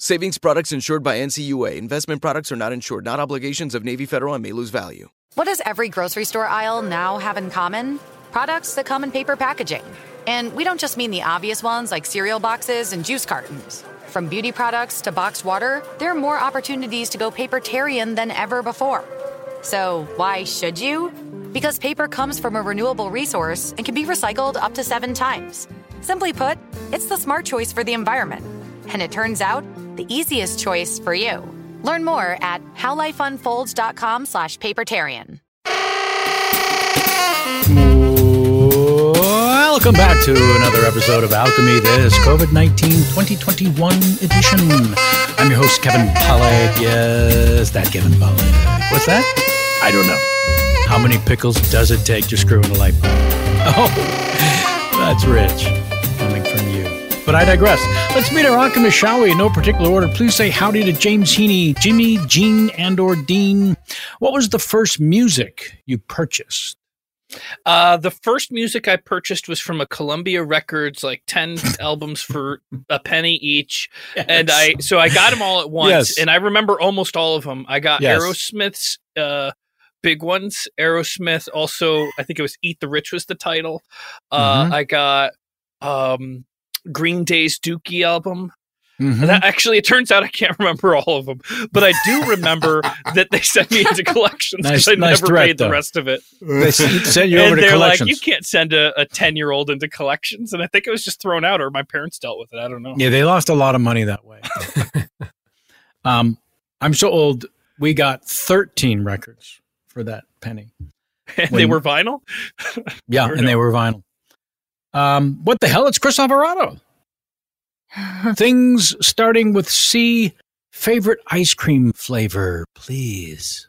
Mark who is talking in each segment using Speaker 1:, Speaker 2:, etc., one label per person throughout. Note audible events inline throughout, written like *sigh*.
Speaker 1: Savings products insured by NCUA. Investment products are not insured, not obligations of Navy Federal and may lose value.
Speaker 2: What does every grocery store aisle now have in common? Products that come in paper packaging. And we don't just mean the obvious ones like cereal boxes and juice cartons. From beauty products to boxed water, there are more opportunities to go papertarian than ever before. So, why should you? Because paper comes from a renewable resource and can be recycled up to seven times. Simply put, it's the smart choice for the environment. And it turns out, the easiest choice for you. Learn more at howlifeunfolds.com slash papertarian.
Speaker 3: Welcome back to another episode of Alchemy This COVID-19 2021 edition. I'm your host, Kevin Pollak. Yes, that Kevin Pollak. What's that? I don't know. How many pickles does it take to screw in a light bulb? *laughs* Oh, that's rich coming from you. But I digress. Let's meet our alchemist, shall we? In no particular order. Please say howdy to James Heaney, Jimmy, Jean, and or Dean. What was the first music you purchased?
Speaker 4: Uh, the first music I purchased was from a Columbia Records, like
Speaker 3: *laughs*
Speaker 4: ten albums for a penny each, and I so I got them all at once,
Speaker 3: Yes.
Speaker 4: and I remember almost all of them. I got
Speaker 3: Yes.
Speaker 4: Aerosmith's uh, big ones. Aerosmith also, I think it was "Eat the Rich" was the title. Uh,
Speaker 3: Mm-hmm.
Speaker 4: I got um, Green Day's Dookie album.
Speaker 3: Mm-hmm.
Speaker 4: And that- actually, it turns out I can't remember all of them, but I do remember
Speaker 3: *laughs*
Speaker 4: that they sent me into collections because
Speaker 3: Nice-
Speaker 4: I
Speaker 3: nice
Speaker 4: never
Speaker 3: threat,
Speaker 4: paid
Speaker 3: though.
Speaker 4: the rest of it
Speaker 3: They *laughs* s- sent you over
Speaker 4: and
Speaker 3: to
Speaker 4: they're like,
Speaker 3: collections.
Speaker 4: you can't send a 10 year old into collections. And I think it was just thrown out or my parents dealt with it. I don't know.
Speaker 3: Yeah, they lost a lot of money that
Speaker 5: *laughs*
Speaker 3: way. um, I'm so old. We got 13 records for that penny.
Speaker 4: *laughs* they
Speaker 3: When-
Speaker 4: were vinyl.
Speaker 3: Yeah,
Speaker 4: Or
Speaker 3: and they
Speaker 4: no.
Speaker 3: were vinyl. Um, what the hell? It's Chris
Speaker 6: *laughs*
Speaker 3: Alvarado. Things starting with C. Favorite ice cream flavor, please.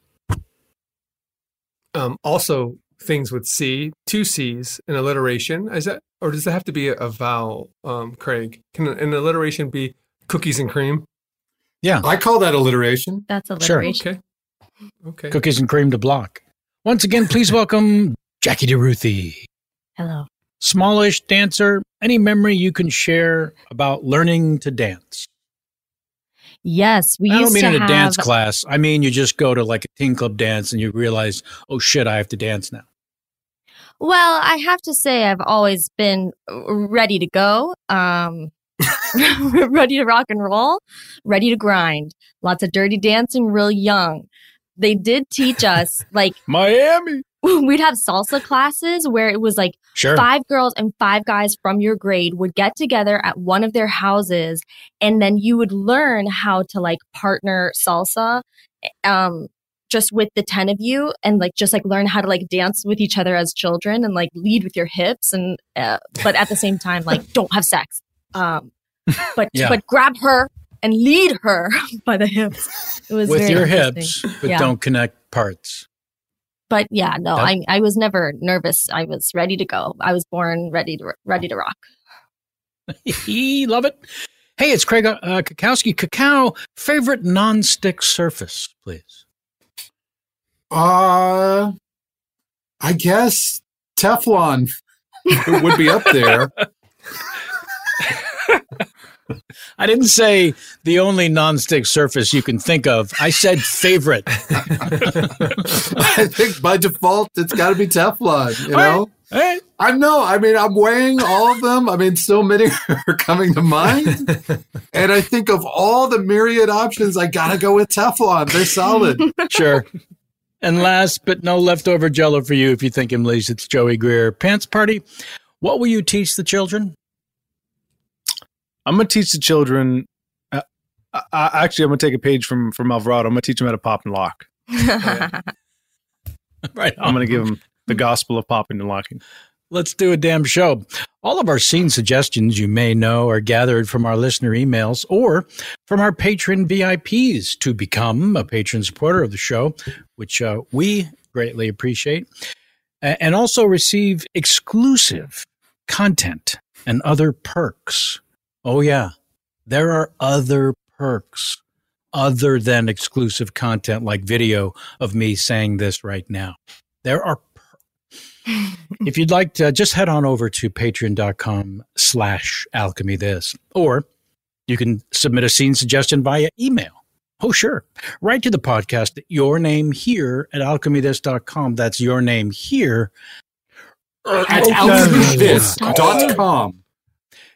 Speaker 5: Um, also, things with C, two C's, an alliteration. Is that, or does it have to be a, a vowel, um, Craig? Can an alliteration be cookies and cream?
Speaker 3: Yeah,
Speaker 7: I call that alliteration.
Speaker 6: That's
Speaker 3: Sure.
Speaker 6: alliteration.
Speaker 5: Okay. Okay.
Speaker 3: cookies and cream to block. Once again, please welcome Jackie DeRuthie.
Speaker 6: Hello.
Speaker 3: Smallish dancer. Any memory you can share about learning to dance?
Speaker 7: Yes, we
Speaker 3: I don't
Speaker 7: used
Speaker 3: mean
Speaker 7: to
Speaker 3: in a
Speaker 7: have
Speaker 3: dance class. I mean you just go to like a teen club dance and you realize, oh shit, I have to dance now.
Speaker 7: Well, I have to say I've always been uh, ready to go,
Speaker 3: *laughs*
Speaker 7: um, *laughs* ready to rock and roll, ready to grind. Lots of dirty dancing, real young. They did teach
Speaker 3: *laughs*
Speaker 7: us like
Speaker 3: Miami.
Speaker 7: *laughs* we'd have salsa classes where it was like
Speaker 3: Sure.
Speaker 7: five girls and five guys from your grade would get together at one of their houses and then you would learn how to like partner salsa um just with the 10 of you and like just like learn how to like dance with each other as children and like lead with your hips and uh, but at the same time like don't have sex um but
Speaker 3: Yeah.
Speaker 7: but grab her and lead her *laughs* by the hips it was
Speaker 3: With
Speaker 7: very
Speaker 3: your
Speaker 7: interesting.
Speaker 3: hips, but
Speaker 7: Yeah.
Speaker 3: don't connect parts. *laughs*
Speaker 7: but yeah no
Speaker 3: That-
Speaker 7: I, I was never nervous i was ready to go i was born ready to ready to rock *laughs*
Speaker 3: Love it. Hey, it's Craig uh, Kakowski. Cacao, favorite non-stick surface, please.
Speaker 6: Uh, I guess Teflon *laughs* would be up there.
Speaker 3: *laughs* I didn't say the only non-stick surface you can think of. I said
Speaker 6: *laughs*
Speaker 3: favorite.
Speaker 6: I think by default, *laughs* it's got to be Teflon, you know?
Speaker 3: All right.
Speaker 6: I know. I mean, I'm weighing all of them. I mean, so many *laughs* are coming to mind. And I think of all the myriad options, I got to go with Teflon. They're solid.
Speaker 3: *laughs* Sure. And last but no leftover jello for you if you think him least, it's Joey Greer. Pants party. What will you teach the children?
Speaker 8: I'm gonna teach the children. Uh, I, I, actually, I'm gonna take a page from from Alvarado. I'm gonna teach them how to pop and lock.
Speaker 3: *laughs* Right.
Speaker 8: I'm gonna give them the gospel of popping and locking.
Speaker 3: Let's do a damn show. All of our scene suggestions you may know are gathered from our listener emails or from our patron VIPs to become a patron supporter of the show, which uh, we greatly appreciate, a- and also receive exclusive content and other perks. Oh, yeah. There are other perks other than exclusive content like video of me saying this right now. There are if you'd like to just head on over to patreon.com slash alchemy this or you can submit a scene suggestion via email oh sure write to the podcast at your name here at alchemythis.com that's your name here
Speaker 6: At
Speaker 3: Okay.
Speaker 6: alchemythis.com.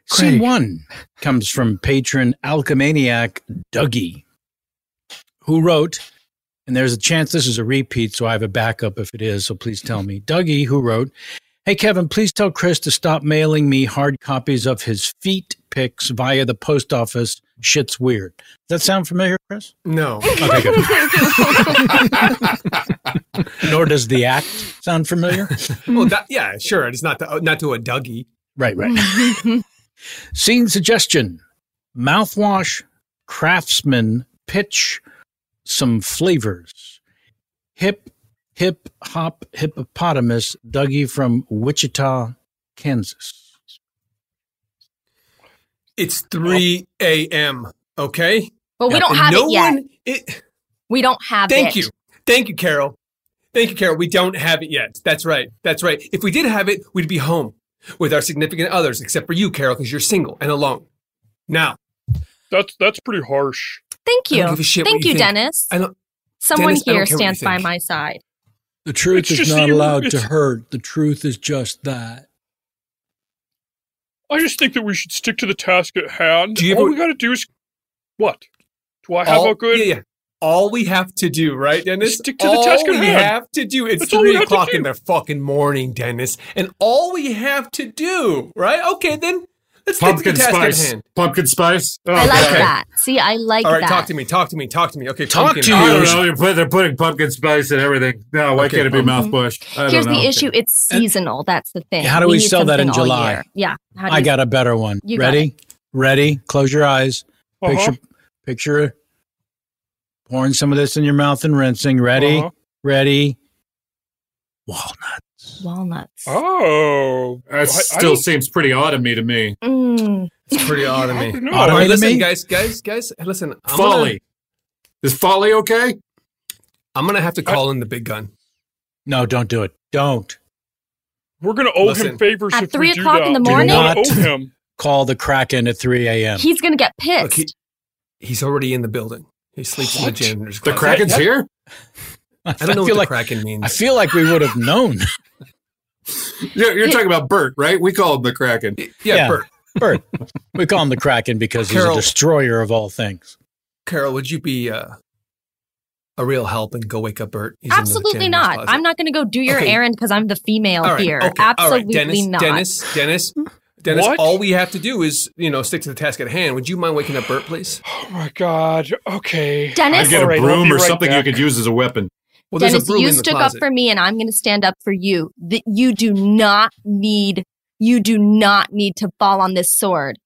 Speaker 3: scene one comes from patron alchemaniac dougie who wrote and there's a chance this is a repeat so i have a backup if it is so please tell me dougie who wrote Hey, Kevin, please tell Chris to stop mailing me hard copies of his feet pics via the post office. Shit's weird. Does that sound familiar, Chris?
Speaker 5: No.
Speaker 3: Okay, good. Nor does the act sound familiar.
Speaker 5: *laughs* well, that, yeah, sure. It's not to, not to a Dougie.
Speaker 3: Right, right. Scene suggestion mouthwash, craftsman, pitch, some flavors. Hip, hip, hop, hippopotamus, Dougie from Wichita, Kansas.
Speaker 5: It's 3 a.m. Okay.
Speaker 7: but we don't
Speaker 5: And
Speaker 7: have
Speaker 5: no
Speaker 7: it yet
Speaker 5: One, it,
Speaker 7: we don't have it
Speaker 5: thank you. Thank you, Carol. Thank you, Carol. We don't have it yet. That's right. That's right. If we did have it, we'd be home with our significant others, except for you, Carol, because you're single and alone. Now,
Speaker 4: That's that's pretty harsh.
Speaker 7: thank
Speaker 5: I
Speaker 7: you
Speaker 5: don't give a shit what
Speaker 7: thank
Speaker 5: you
Speaker 7: you
Speaker 5: think.
Speaker 7: dennis
Speaker 5: I don't.
Speaker 7: someone
Speaker 5: Dennis, I
Speaker 7: here
Speaker 5: don't care what you
Speaker 7: stands by
Speaker 5: think.
Speaker 7: my side
Speaker 3: The truth
Speaker 4: It's
Speaker 3: is
Speaker 4: just
Speaker 3: not
Speaker 4: you-
Speaker 3: allowed to
Speaker 4: it's-
Speaker 3: hurt. The truth is just that.
Speaker 4: I just think that we should stick to the task at hand.
Speaker 5: Do you
Speaker 4: All
Speaker 5: ever-
Speaker 4: we got to do is what? Do I have
Speaker 5: all,
Speaker 4: a good?
Speaker 5: Yeah, yeah. All we have to do, right, Dennis?
Speaker 4: Stick to the
Speaker 5: all
Speaker 4: task at
Speaker 5: we
Speaker 4: hand.
Speaker 5: have to do. It's
Speaker 4: That's all we
Speaker 5: three
Speaker 4: have to
Speaker 5: o'clock
Speaker 4: do.
Speaker 5: in the fucking morning, Dennis. And all we have to do, right? Okay, then let's stick to the
Speaker 6: Pumpkin
Speaker 5: task at
Speaker 6: spice.
Speaker 5: hand.
Speaker 6: Pumpkin spice. Oh,
Speaker 7: i like
Speaker 6: okay.
Speaker 7: that see i like
Speaker 5: all right,
Speaker 7: that
Speaker 5: talk to me. Talk to me. Talk to me. Okay,
Speaker 3: Talk
Speaker 5: pumpkin.
Speaker 3: to
Speaker 6: I
Speaker 3: you.
Speaker 6: don't know. You're put, they're putting pumpkin spice in everything. No, why
Speaker 5: Okay,
Speaker 6: can't it be
Speaker 5: um,
Speaker 6: mouthwash? I don't
Speaker 7: here's
Speaker 6: know.
Speaker 7: the issue it's seasonal that's the thing
Speaker 3: How do we
Speaker 7: need
Speaker 3: sell that in
Speaker 7: something all
Speaker 3: July?
Speaker 7: year. yeah how do
Speaker 3: I
Speaker 7: you-
Speaker 3: got a better one.
Speaker 7: You got
Speaker 3: Ready? Ready? Close your eyes.
Speaker 4: Uh-huh.
Speaker 3: Picture picture pouring some of this in your mouth and rinsing. Ready?
Speaker 4: Uh-huh.
Speaker 3: Ready? Walnut.
Speaker 7: walnuts
Speaker 4: Oh,
Speaker 6: That still seems pretty autumny to me.
Speaker 7: Mm.
Speaker 5: It's
Speaker 4: *laughs*
Speaker 5: pretty odd to me.
Speaker 4: No,
Speaker 5: All right,
Speaker 3: Automated
Speaker 5: listen,
Speaker 3: me?
Speaker 5: guys, guys, guys. Listen, I'm
Speaker 6: folly.
Speaker 5: Gonna,
Speaker 6: Is folly okay?
Speaker 5: I'm gonna have to call in the big gun.
Speaker 3: No, don't do it. Don't
Speaker 4: we're gonna owe
Speaker 5: Listen.
Speaker 4: him favors
Speaker 7: At
Speaker 4: if
Speaker 7: three
Speaker 4: we do
Speaker 7: o'clock
Speaker 4: that.
Speaker 7: in the
Speaker 4: We're gonna
Speaker 3: morning?
Speaker 4: owe him.
Speaker 3: call the Kraken at 3 a.m.
Speaker 7: he's gonna get pissed
Speaker 5: Okay. He's already in the building. He sleeps in
Speaker 3: What?
Speaker 5: the janitor's
Speaker 3: The
Speaker 5: closet.
Speaker 3: Kraken's
Speaker 5: Yep.
Speaker 3: here?
Speaker 5: I don't know
Speaker 3: I
Speaker 5: what
Speaker 3: feel
Speaker 5: the
Speaker 3: like-
Speaker 5: Kraken means.
Speaker 3: I feel like we would have known. *laughs*
Speaker 6: You're, you're talking about Bert, right? We call him the Kraken.
Speaker 3: Bert. Bert. We call him the Kraken because
Speaker 5: Carol.
Speaker 3: he's a destroyer of all things.
Speaker 5: Carol, would you be uh, a real help and go wake up Bert? He's in the
Speaker 7: Absolutely
Speaker 5: janitor's
Speaker 7: not.
Speaker 5: closet.
Speaker 7: I'm not going to go do your
Speaker 5: Okay.
Speaker 7: errand because I'm the female
Speaker 5: All right,
Speaker 7: here.
Speaker 5: okay, all
Speaker 7: Absolutely
Speaker 5: right, Dennis,
Speaker 7: not.
Speaker 5: Dennis, Dennis, Dennis.
Speaker 4: Hmm? What?
Speaker 5: All we have to do is you know stick to the task at hand. Would you mind waking up Bert, please?
Speaker 4: *sighs* Oh my god. Okay.
Speaker 7: Dennis-
Speaker 6: I'd get a
Speaker 4: All right, I'll
Speaker 6: broom
Speaker 4: be
Speaker 6: or
Speaker 4: right
Speaker 6: something you
Speaker 4: back.
Speaker 6: could use as a weapon.
Speaker 5: Well, there's a
Speaker 7: Dennis,
Speaker 5: broom
Speaker 7: you
Speaker 5: in the
Speaker 7: stood up
Speaker 5: closet.
Speaker 7: for me, and I'm going to stand up for you. That you do not need. You do not need to fall on this sword,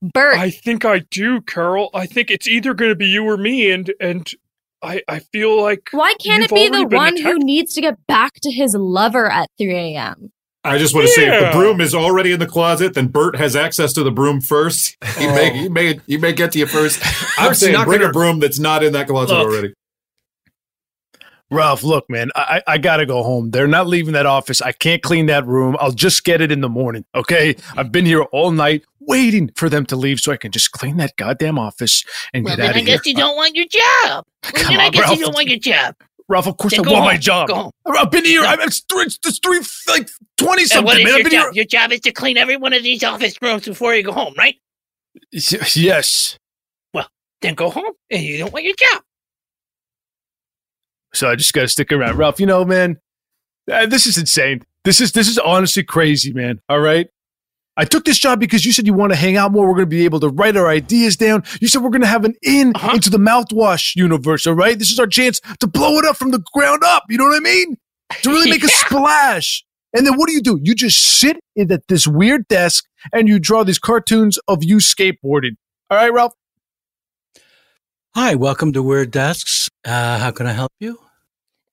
Speaker 7: Bert.
Speaker 4: I think I do, Carol. I think it's either going to be you or me, and and I I feel like
Speaker 7: why can't
Speaker 4: you've
Speaker 7: it be
Speaker 4: already
Speaker 7: the
Speaker 4: been
Speaker 7: one who
Speaker 4: attacked.
Speaker 7: needs to get back to his lover at 3 a.m.?
Speaker 6: I just want to say if
Speaker 4: Yeah.
Speaker 6: the broom is already in the closet, then Bert has access to the broom first. He may he may he may get to you first. *laughs* I'm
Speaker 5: Bert's
Speaker 6: saying
Speaker 5: not
Speaker 6: bring
Speaker 5: gonna-
Speaker 6: a broom that's not in that closet
Speaker 4: Look.
Speaker 6: already.
Speaker 8: Ralph, look, man, I, I I gotta go home. They're not leaving that office. I can't clean that room. I'll just get it in the morning. Okay. I've been here all night waiting for them to leave so I can just clean that goddamn office and
Speaker 9: Well,
Speaker 8: get out
Speaker 9: then
Speaker 8: of
Speaker 9: I
Speaker 8: here.
Speaker 9: guess you don't want your job. Well,
Speaker 8: *laughs* Come
Speaker 9: then I
Speaker 8: on,
Speaker 9: guess
Speaker 8: Ralph.
Speaker 9: you don't want your job.
Speaker 8: Ralph, of course
Speaker 9: Then
Speaker 8: I
Speaker 9: go
Speaker 8: want my
Speaker 9: home.
Speaker 8: job.
Speaker 9: Go home.
Speaker 8: I've been here. I'm, it's three, it's three, like twenty
Speaker 9: And
Speaker 8: something.
Speaker 9: what
Speaker 8: Man,
Speaker 9: is your
Speaker 8: I've been
Speaker 9: job? Your job is to clean every one of these office rooms before you go home, right?
Speaker 8: here. Yes.
Speaker 9: Then go home, Uh, and you don't want your job.
Speaker 8: So I just got to stick around, Ralph. You know, man, uh, this is insane. This is this is honestly crazy, man. All right. I took this job because you said you want to hang out more. We're going to be able to write our ideas down. You said we're going to have an in into the mouthwash universe. All right, this is our chance to blow it up from the ground up. You know what I mean? To really make a splash. And then what do you do? You just sit in at this weird desk and you draw these cartoons of you skateboarding. All right, Ralph.
Speaker 3: Hi, welcome to Weird Desks. Uh, how can I help you?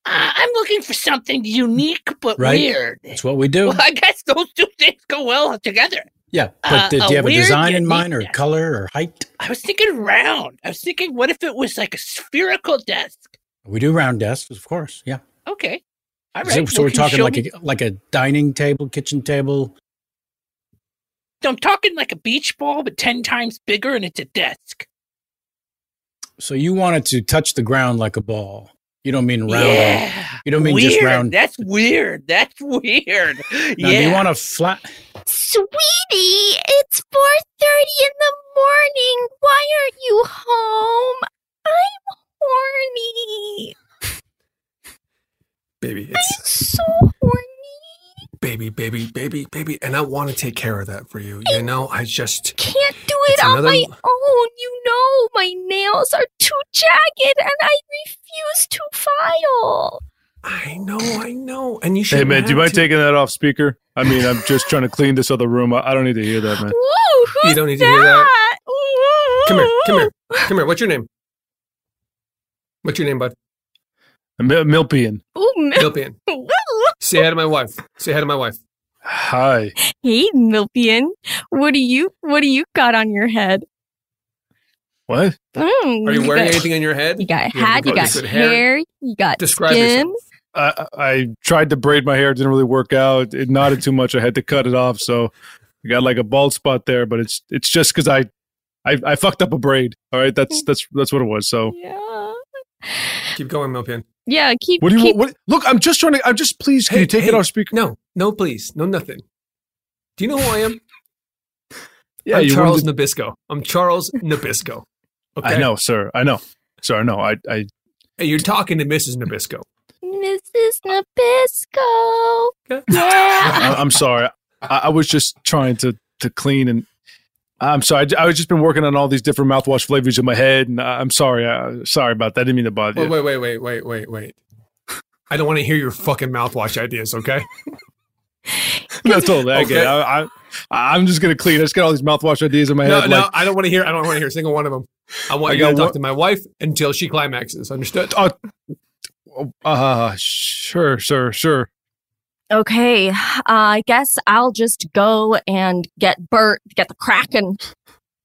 Speaker 9: Uh, I'm looking for something unique but
Speaker 3: Right.
Speaker 9: weird.
Speaker 3: That's what we do.
Speaker 9: Well, I guess those two things go well together.
Speaker 3: Yeah, but
Speaker 9: Uh,
Speaker 3: uh, do you
Speaker 9: a
Speaker 3: have a
Speaker 9: weird
Speaker 3: design in
Speaker 9: unique
Speaker 3: mind, or
Speaker 9: desk.
Speaker 3: color, or height?
Speaker 9: I was thinking round. I was thinking, what if it was like a spherical desk?
Speaker 3: We do round desks, of course. Yeah.
Speaker 9: Okay. All right.
Speaker 3: So- so
Speaker 9: Well,
Speaker 3: we're
Speaker 9: can you
Speaker 3: talking
Speaker 9: show
Speaker 3: like
Speaker 9: me- Oh
Speaker 3: a like a dining table, kitchen table.
Speaker 9: I'm talking like a beach ball, but 10 times bigger, and it's a desk.
Speaker 3: So you want it to touch the ground like a ball. You don't mean round.
Speaker 9: Yeah.
Speaker 3: You don't mean
Speaker 9: weird.
Speaker 3: just round.
Speaker 9: That's weird. That's weird.
Speaker 3: *laughs* Now,
Speaker 9: yeah.
Speaker 3: Do you want a flat?
Speaker 7: Sweetie, it's 4:30 in the morning. Why aren't you home? I'm horny.
Speaker 5: baby. It's
Speaker 7: So horny.
Speaker 5: baby, baby, baby, baby, and I want to take care of that for you. You know, I just
Speaker 7: Can't do
Speaker 5: It's
Speaker 7: it on
Speaker 5: another-
Speaker 7: my own. You know my nails are too jagged and I refuse to file.
Speaker 5: I know, I know, and you should.
Speaker 8: Hey man, do you mind
Speaker 5: to.
Speaker 8: taking that off speaker? I mean, I'm just trying to clean this other room. I, I don't need to hear that, man.
Speaker 7: Woo, who's
Speaker 5: You don't need to hear that.
Speaker 7: Ooh.
Speaker 5: Come here, come here, come here. What's your name? What's your name, bud?
Speaker 8: Mil- Milpian.
Speaker 7: Ooh, Mil- *laughs*
Speaker 5: Milpian.
Speaker 7: Woo.
Speaker 5: Say hi to my wife. Say hi to my wife.
Speaker 8: Hi.
Speaker 7: Hey, Milpian. What do you what do you got on your head?
Speaker 8: What?
Speaker 7: Mm,
Speaker 5: Are
Speaker 7: *laughs*
Speaker 5: you wearing
Speaker 7: got-
Speaker 5: anything on your head?
Speaker 7: You got a
Speaker 5: You have
Speaker 7: hat, you
Speaker 5: good-
Speaker 7: got
Speaker 5: good
Speaker 7: hair, you got
Speaker 5: Describe
Speaker 7: skin.
Speaker 8: I, I- I tried to braid my hair. It didn't really work out. It knotted too much. I had to cut it off. So I got like a bald spot there, but it's it's just because I, I I fucked up a braid. All right, that's that's that's what it was. So
Speaker 7: Yeah.
Speaker 5: Keep going, Milpian.
Speaker 7: Yeah, keep
Speaker 8: what do you
Speaker 7: keep
Speaker 8: want? What, look, I'm just trying to. I'm just please. Can
Speaker 5: Hey,
Speaker 8: you take
Speaker 5: hey.
Speaker 8: it off speaker?
Speaker 5: No, no, please, no, nothing. Do you know who I am?
Speaker 8: *laughs* Yeah,
Speaker 5: I'm
Speaker 8: you
Speaker 5: Charles
Speaker 8: wanted-
Speaker 5: Nabisco. I'm
Speaker 8: *laughs*
Speaker 5: Charles Nabisco. Okay.
Speaker 8: I know, sir. I know, sir. I know. I I
Speaker 5: Hey, you're talking to Mrs. Nabisco.
Speaker 7: Mrs. Nabisco.
Speaker 8: I- I'm sorry. I, I was just trying to to clean and I'm sorry. I j- I was just been working on all these different mouthwash flavors in my head, and I- I'm sorry. I, sorry about that. I didn't mean to bother
Speaker 5: Wait,
Speaker 8: you.
Speaker 5: wait, wait, wait, wait, wait, wait. I don't want to hear your fucking mouthwash ideas, okay?
Speaker 8: no, totally. I get
Speaker 5: Okay.
Speaker 8: it. I, I, I'm just gonna clean. I just got all these mouthwash ideas in my
Speaker 5: No,
Speaker 8: head.
Speaker 5: no,
Speaker 8: like,
Speaker 5: I don't want to hear. I don't want to hear a single one of them. I want
Speaker 8: I
Speaker 5: you to
Speaker 8: got
Speaker 5: talk
Speaker 8: one-
Speaker 5: to my wife until she climaxes. Understood?
Speaker 8: uh, sure, sure, sure.
Speaker 7: Okay, uh, I guess I'll just go and get Bert, get the Kraken.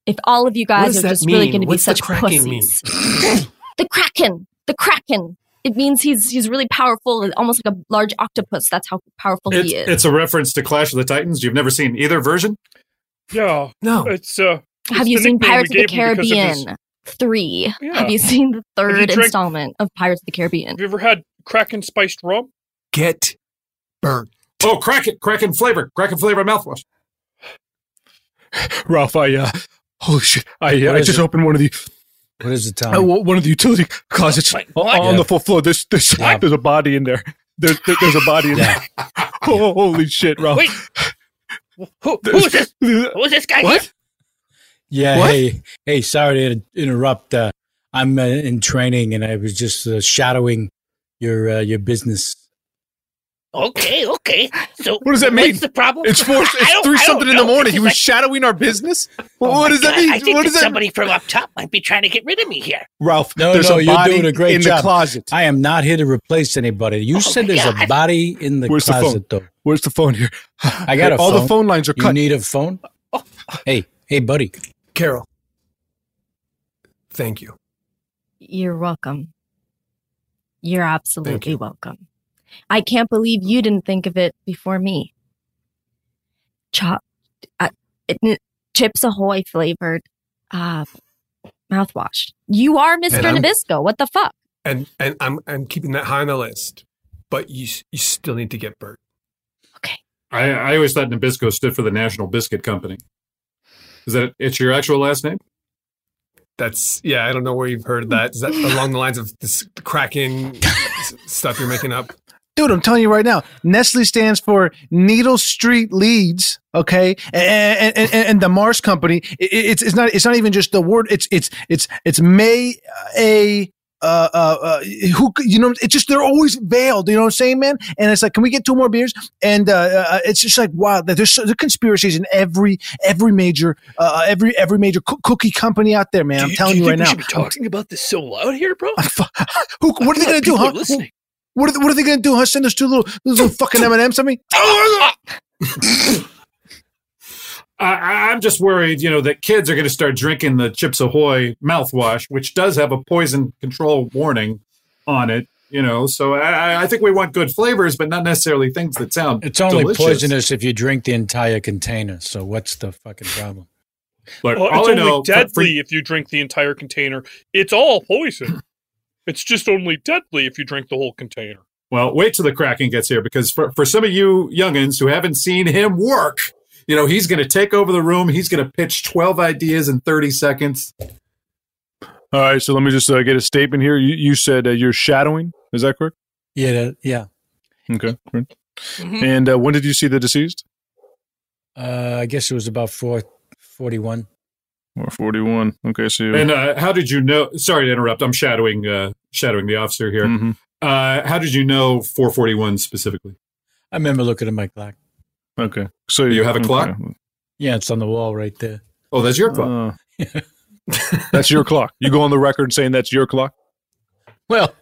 Speaker 7: If all of you
Speaker 5: does
Speaker 7: guys are
Speaker 5: that
Speaker 7: just really
Speaker 5: mean?
Speaker 7: going to be
Speaker 5: What's the
Speaker 7: such
Speaker 5: Kraken mean?
Speaker 7: pussies. *laughs* the Kraken, the Kraken. It means he's he's really powerful, almost like a large octopus. That's how powerful
Speaker 6: It's,
Speaker 7: he is.
Speaker 6: it's a reference to Clash of the Titans. You've never seen either version.
Speaker 4: Yeah.
Speaker 5: No.
Speaker 4: It's uh.
Speaker 7: Have
Speaker 4: it's uh,
Speaker 7: you
Speaker 4: the
Speaker 7: seen
Speaker 4: nickname we
Speaker 7: Pirates of the
Speaker 4: gave him because of his-
Speaker 7: Caribbean? three.
Speaker 4: Yeah.
Speaker 7: Have you seen the
Speaker 4: Have you
Speaker 7: third
Speaker 4: drank-
Speaker 7: installment of Pirates of the Caribbean?
Speaker 4: Have you ever had Kraken spiced rum?
Speaker 5: Get burnt.
Speaker 6: Oh, Kraken, Kraken flavor, Kraken flavor mouthwash.
Speaker 8: Ralph, I uh, holy shit, I uh,
Speaker 3: What
Speaker 8: I
Speaker 3: is
Speaker 8: just
Speaker 3: it?
Speaker 8: opened one of the
Speaker 3: What is it, Tom?
Speaker 8: uh, one of the utility closets Oh, on
Speaker 3: Yeah.
Speaker 8: the fourth floor. There's there's, *laughs* there's a body in there. There's there- there's a body in there. *laughs* Oh, holy shit, Ralph!
Speaker 9: Wait. Who,
Speaker 3: *laughs*
Speaker 9: who's this? Who's this guy? What?
Speaker 3: Yeah.
Speaker 9: What?
Speaker 3: Hey, hey. Sorry to inter- interrupt. Uh, I'm uh, in training, and I was just uh, shadowing your uh, your business.
Speaker 9: Okay, okay. So
Speaker 8: What does that mean?
Speaker 9: What's the problem?
Speaker 8: It's four.
Speaker 9: *laughs* I don't-
Speaker 8: It's three
Speaker 9: I don't
Speaker 8: something in the
Speaker 9: know.
Speaker 8: morning.
Speaker 9: This
Speaker 8: He
Speaker 9: is
Speaker 8: was
Speaker 9: like-
Speaker 8: shadowing our business. Well,
Speaker 9: Oh
Speaker 8: what
Speaker 9: my
Speaker 8: does that
Speaker 9: God,
Speaker 8: mean?
Speaker 9: I think
Speaker 8: what
Speaker 9: that
Speaker 8: does that
Speaker 9: somebody from up top might be trying to get rid of me here.
Speaker 8: Ralph?
Speaker 3: No,
Speaker 8: there's
Speaker 3: no,
Speaker 8: a
Speaker 3: you're
Speaker 8: body
Speaker 3: doing a great
Speaker 8: in
Speaker 3: job.
Speaker 8: the closet.
Speaker 3: I am not here to replace anybody.
Speaker 9: Oh
Speaker 3: You said there's a body in the
Speaker 8: Where's the phone?
Speaker 3: closet, though.
Speaker 8: Where's the phone here?
Speaker 3: I got a
Speaker 8: All
Speaker 3: phone.
Speaker 8: the phone lines are
Speaker 3: You
Speaker 8: cut.
Speaker 3: need a phone? Hey, hey, buddy.
Speaker 5: Carol. Thank you.
Speaker 7: You're welcome. You're absolutely
Speaker 5: you.
Speaker 7: welcome. I can't believe you didn't think of it before me. Chop, uh, it, chips ahoy flavored uh, mouthwash. You are Mr.
Speaker 5: And I'm-
Speaker 7: Nabisco. What the fuck?
Speaker 5: And and I'm I'm keeping that high on the list. But you s- you still need to get burnt.
Speaker 6: I, I always thought Nabisco stood for the National Biscuit Company. Is that it's your actual last name?
Speaker 5: That's yeah. I don't know where you've heard that. Is that along the lines of this Kraken s- stuff you're making up?
Speaker 8: dude, I'm telling you right now, Nestle stands for Needle Street Leads. Okay, and and, and, and the Mars Company. i- i- it's it's not it's not even just the word. It's it's it's it's May a. Uh, uh, uh, who c- you know? It's just they're always veiled. You know what I'm saying, man? And it's like, can we get two more beers? And uh, uh, it's just like, wow, that there's so, there are conspiracies in every every major uh, every every major coo- cookie company out there, man. I'm telling you,
Speaker 4: think
Speaker 8: right
Speaker 4: we
Speaker 8: now.
Speaker 4: should be talking about this so loud here, bro.
Speaker 3: Ah,
Speaker 8: Who, what are they
Speaker 4: Yeah,
Speaker 8: gonna do,
Speaker 4: people
Speaker 8: huh?
Speaker 4: are listening.
Speaker 8: What are, they, what are they gonna do, huh? Send us two little those little fucking M and M's at me.
Speaker 6: I- I, I'm just worried, you know, that kids are going to start drinking the Chips Ahoy mouthwash, which does have a poison control warning on it. You know, so I, I- I think we want good flavors, but not necessarily things that sound.
Speaker 3: It's only
Speaker 6: delicious.
Speaker 3: poisonous if you drink the entire container. So what's the fucking problem?
Speaker 6: Look,
Speaker 4: Well,
Speaker 6: all
Speaker 4: it's
Speaker 6: I
Speaker 4: only
Speaker 6: know,
Speaker 4: deadly
Speaker 6: for- for-
Speaker 4: if you drink the entire container. It's all
Speaker 6: *laughs*
Speaker 4: poison. it's just only deadly if you drink the whole container.
Speaker 6: Well, wait till the Kraken gets here because for, for some of you youngins who haven't seen him work, you know, he's going to take over the room. He's going to pitch 12 ideas in 30 seconds.
Speaker 8: All right, so let me just uh, get a statement here. You, you said uh, you're shadowing. Is that correct?
Speaker 3: Yeah, that- yeah.
Speaker 8: Okay. great.
Speaker 3: Mm-hmm.
Speaker 8: And uh, when did you see the deceased?
Speaker 3: Uh, I guess it was about four forty-one.
Speaker 8: Or 41. Okay, so you,
Speaker 6: And uh, how did you know? Sorry to interrupt. I'm shadowing uh, shadowing the officer here.
Speaker 8: Mhm.
Speaker 6: Uh, how did you know 441 specifically?
Speaker 3: I remember looking at my clock.
Speaker 8: okay, so
Speaker 6: You have a
Speaker 8: okay.
Speaker 6: clock?
Speaker 3: Yeah, it's on the wall right there.
Speaker 6: Oh, that's your clock. *laughs*
Speaker 8: Uh, that's your clock. You go on the record saying that's your clock.
Speaker 3: Well,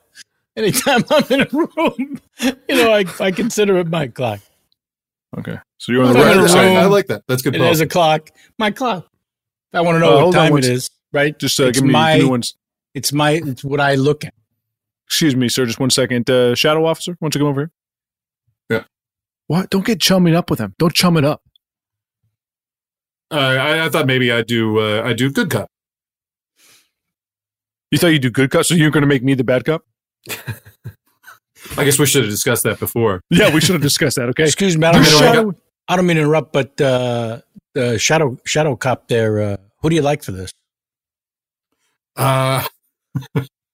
Speaker 3: anytime *laughs* I'm in a room, you know, I, I consider it my clock.
Speaker 8: Okay, so you're on the
Speaker 6: Right,
Speaker 3: I'm in a
Speaker 8: record.
Speaker 6: right.
Speaker 8: saying-
Speaker 6: I like that. That's good.
Speaker 3: It
Speaker 6: Paul.
Speaker 3: has a clock. My clock. I want to know
Speaker 8: Uh,
Speaker 3: what
Speaker 8: hold on
Speaker 3: time
Speaker 8: one
Speaker 3: it
Speaker 8: sec-
Speaker 3: is, right?
Speaker 8: Just uh,
Speaker 3: It's
Speaker 8: give me
Speaker 3: my-
Speaker 8: new ones.
Speaker 3: It's my. It's what I look at.
Speaker 8: Excuse me, sir. Just one second. Uh, Shadow officer, why don't you come over here?
Speaker 6: Yeah.
Speaker 8: What? Don't get chumming up with him. Don't chum it up.
Speaker 6: Uh, I, I thought maybe I do. Uh, I do good cop.
Speaker 8: You thought you do good cop, so you're going to make me the bad cop?
Speaker 6: I guess we should have discussed that before.
Speaker 8: *laughs* Yeah, we should have discussed that. Okay.
Speaker 3: Excuse me, I don't,
Speaker 6: You
Speaker 3: mean, to
Speaker 6: shadow-
Speaker 3: interrupt- I don't mean to interrupt, but uh, uh, shadow shadow cop there. Uh, who do you like for this?
Speaker 6: Uh,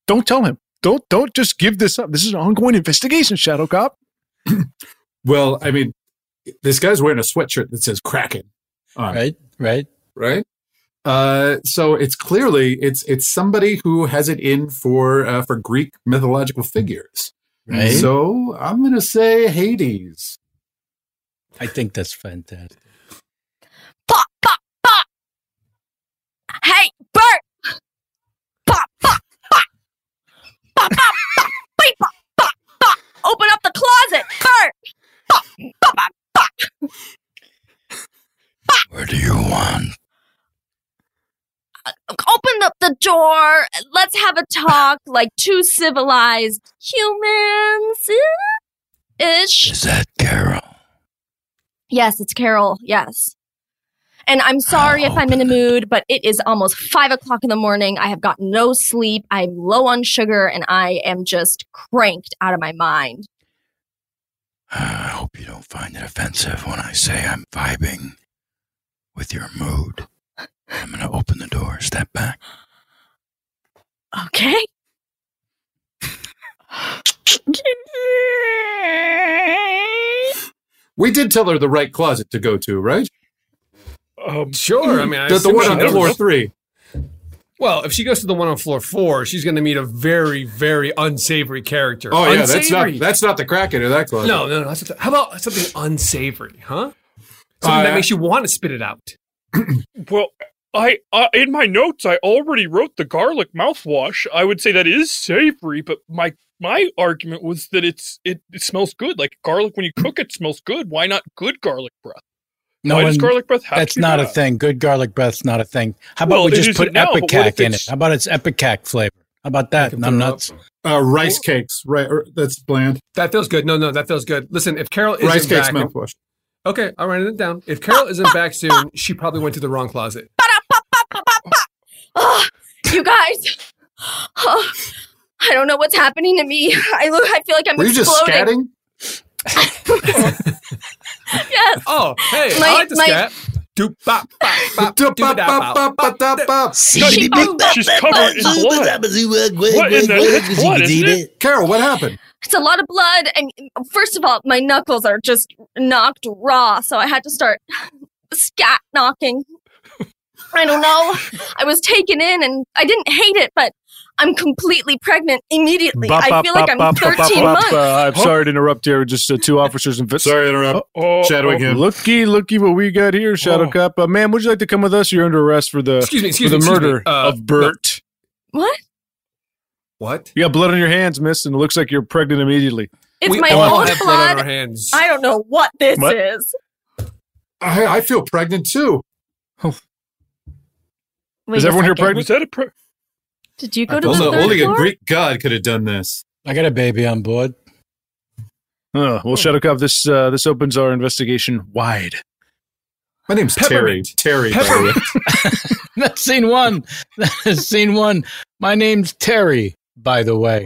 Speaker 8: Don't tell him. Don't don't just give this up. This is an ongoing investigation, Shadow Cop.
Speaker 6: well, I mean, this guy's wearing a sweatshirt that says Kraken on it.
Speaker 3: Right, right.
Speaker 6: right? Uh, so it's clearly it's it's somebody who has it in for uh, for Greek mythological figures.
Speaker 3: Right.
Speaker 6: So I'm gonna say Hades.
Speaker 3: I think that's fantastic.
Speaker 7: Pop, pop, pop. Hey, Bert. Pop, pop, pop. Pop, pop, pop. Beep, pop, pop, pop. Open up the closet, Bert. Pop, pop, pop, pop.
Speaker 3: What do you want?
Speaker 7: Uh, Open up the door. Let's have a talk like two civilized humans. eh? Ish.
Speaker 3: that Carol?
Speaker 7: Yes, it's Carol. Yes. And I'm sorry if I'm in a mood, but it is almost five o'clock in the morning. I have gotten no sleep. I'm low on sugar and I am just cranked out of my mind.
Speaker 10: I hope you don't find it offensive when I say I'm vibing with your mood. I'm going to open the door, step back.
Speaker 7: Okay.
Speaker 6: We did tell her the right closet to go to, right?
Speaker 5: Um, sure. I mean, I
Speaker 6: the, the
Speaker 5: assume
Speaker 6: one
Speaker 5: she
Speaker 6: on
Speaker 5: knows.
Speaker 6: floor three.
Speaker 5: Well, if she goes to the one on floor four, she's going to meet a very, very unsavory character.
Speaker 6: Oh yeah, that's not
Speaker 5: Unsavory.
Speaker 6: that's not the Kraken in that closet.
Speaker 5: No, no, no. That's not the- how about something unsavory, huh? Something
Speaker 6: Uh,
Speaker 5: that makes you want to spit it out.
Speaker 11: Well, I uh, in my notes I already wrote the garlic mouthwash. I would say that is savory, but my my argument was that it's it, it smells good. Like garlic when you cook it smells good. Why not good garlic breath? Why does
Speaker 3: and
Speaker 11: garlic breath have
Speaker 3: That's
Speaker 11: to be
Speaker 3: not a
Speaker 11: bad?
Speaker 3: thing. Good garlic breath's not a thing. How about
Speaker 11: Well,
Speaker 3: we
Speaker 11: it
Speaker 3: just
Speaker 11: isn't
Speaker 3: put
Speaker 11: now, but what if
Speaker 3: Epicac in
Speaker 11: it's-
Speaker 3: it? How about it's Epicac flavor? How about that? I'm nuts.
Speaker 6: Uh, rice cakes, right? or- That's bland.
Speaker 5: That feels good. No, no, that feels good. Listen, if Carol isn't
Speaker 6: Rice cakes
Speaker 5: back,
Speaker 6: mouthwash.
Speaker 5: okay, I'll write it down. If Carol isn't back soon, she probably went to the wrong closet.
Speaker 7: Ugh, you guys, *sighs* Ugh, I don't know what's happening to me. *laughs* I look, I feel like I'm
Speaker 5: Were you just
Speaker 7: exploding. *laughs* yes.
Speaker 5: Oh, hey,
Speaker 7: My-
Speaker 5: I like this
Speaker 7: my-
Speaker 5: cat. Doop bop bop bop doop bop bop bop bop bop bop.
Speaker 11: She's covered in blood.
Speaker 6: uh,
Speaker 11: What in the it's blood, isn't it?
Speaker 6: Carol, what happened?
Speaker 7: It's a lot of blood. And first of all, my knuckles are just knocked raw. So I had to start *laughs* scat knocking. I don't know.
Speaker 8: *laughs*
Speaker 7: I was taken in and I didn't hate it, but I'm completely pregnant immediately.
Speaker 8: Bop,
Speaker 7: I
Speaker 8: bop,
Speaker 7: feel like
Speaker 8: bop,
Speaker 7: I'm
Speaker 8: bop, bop,
Speaker 7: 13
Speaker 8: bop, bop.
Speaker 7: months.
Speaker 8: Uh, I'm sorry to interrupt here. Just uh, two officers and
Speaker 6: sorry to interrupt.
Speaker 5: Shadowing him.
Speaker 8: Oh, Looky, looky what we got here, Shadow Cop. Uh, ma'am, would you like to come with us? You're under arrest for the
Speaker 5: Excuse me, excuse
Speaker 8: for
Speaker 5: me,
Speaker 8: the
Speaker 5: excuse me.
Speaker 8: murder
Speaker 5: Uh,
Speaker 8: of Bert.
Speaker 7: What?
Speaker 5: What?
Speaker 8: You got blood on your hands, miss, and it looks like you're pregnant immediately.
Speaker 7: It's my own blood.
Speaker 5: our hands.
Speaker 7: I don't know what this
Speaker 8: What?
Speaker 7: is.
Speaker 6: I, I feel pregnant too.
Speaker 7: Wait a
Speaker 6: everyone here
Speaker 7: second.
Speaker 6: pregnant?
Speaker 11: Was that a pre-
Speaker 7: Did you go to the
Speaker 6: Only,
Speaker 7: third
Speaker 6: only a
Speaker 7: floor? *laughs*
Speaker 6: Greek god could have done this.
Speaker 3: I got a baby on board.
Speaker 8: Uh,
Speaker 6: Hmm.
Speaker 8: well, Shadow Cop, this uh, this opens our investigation wide.
Speaker 6: My name's Terry. Terry. by the way.
Speaker 3: *laughs*
Speaker 11: *laughs*
Speaker 3: That's scene one. *laughs* That's scene one. My name's Terry, by the way.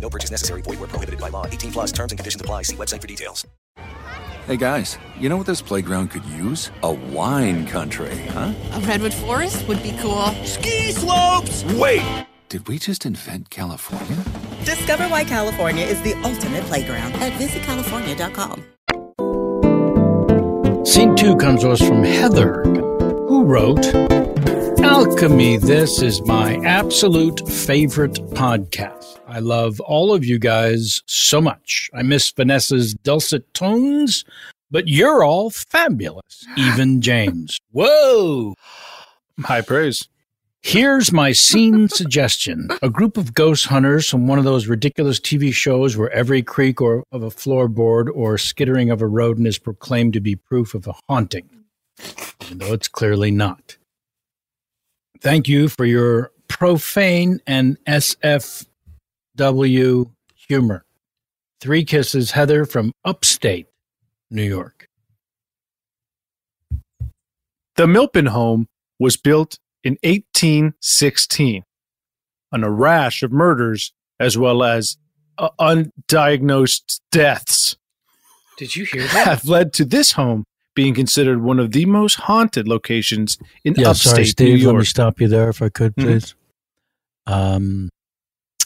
Speaker 1: No purchase necessary. Void where prohibited by law. 18 plus terms and conditions apply. See website for details.
Speaker 12: Hey guys, you know what this playground could use? A wine country, huh?
Speaker 13: A redwood forest would be cool. Ski
Speaker 12: slopes! Wait! Did we just invent California?
Speaker 14: Discover why California is the ultimate playground at visitcalifornia.com.
Speaker 3: Scene two comes to us from Heather, who wrote Alchemy, this is my absolute favorite podcast. I love all of you guys so much. I miss Vanessa's dulcet tones, but you're all fabulous, even James. Whoa! High praise. Here's my scene *laughs* suggestion. A group of ghost hunters from one of those ridiculous TV shows where every creak or of a floorboard or skittering of a rodent is proclaimed to be proof of a haunting, even though it's clearly not. Thank you for your profane and SFW humor. Three kisses, Heather from upstate New York.
Speaker 8: The Milpen home was built in 1816 on a rash of murders as well as uh, undiagnosed deaths
Speaker 3: *laughs*
Speaker 9: Did you hear that?
Speaker 8: have led to this home being considered one of the most haunted locations in
Speaker 3: Yeah,
Speaker 8: upstate
Speaker 3: sorry,
Speaker 8: New
Speaker 3: Steve. Let me
Speaker 8: York.
Speaker 3: stop you there if I could,
Speaker 9: Mm-hmm.
Speaker 3: please. Um,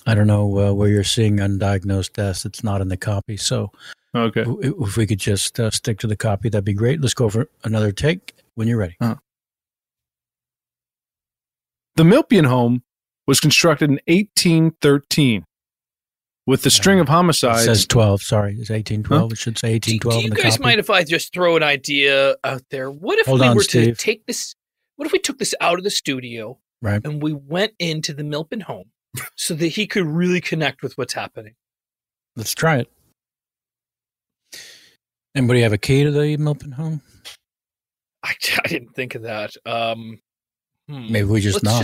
Speaker 3: I don't know uh, where you're seeing undiagnosed deaths. It's not in the copy. So,
Speaker 8: okay,
Speaker 3: if we could just uh, stick to the copy, that'd be great. Let's go for another take when you're ready.
Speaker 9: Uh,
Speaker 8: The Milpian home was constructed in 1813 with the string of
Speaker 3: It
Speaker 8: homicides.
Speaker 3: says 12. Sorry, it's 1812. It should say 1812 in
Speaker 9: You
Speaker 3: the
Speaker 9: guys
Speaker 3: copy.
Speaker 9: mind if I just throw an idea out there? What if
Speaker 3: Hold
Speaker 9: we
Speaker 3: on,
Speaker 9: were to
Speaker 3: Steve.
Speaker 9: take this? What if we took this out of the studio
Speaker 3: Right.
Speaker 9: and we went into the Milpin home so that he could really connect with what's happening?
Speaker 3: Let's try it. Anybody have a key to the Milpen home?
Speaker 9: I, I didn't think of that. Um, hmm.
Speaker 3: Maybe we just
Speaker 9: Let's
Speaker 3: knock.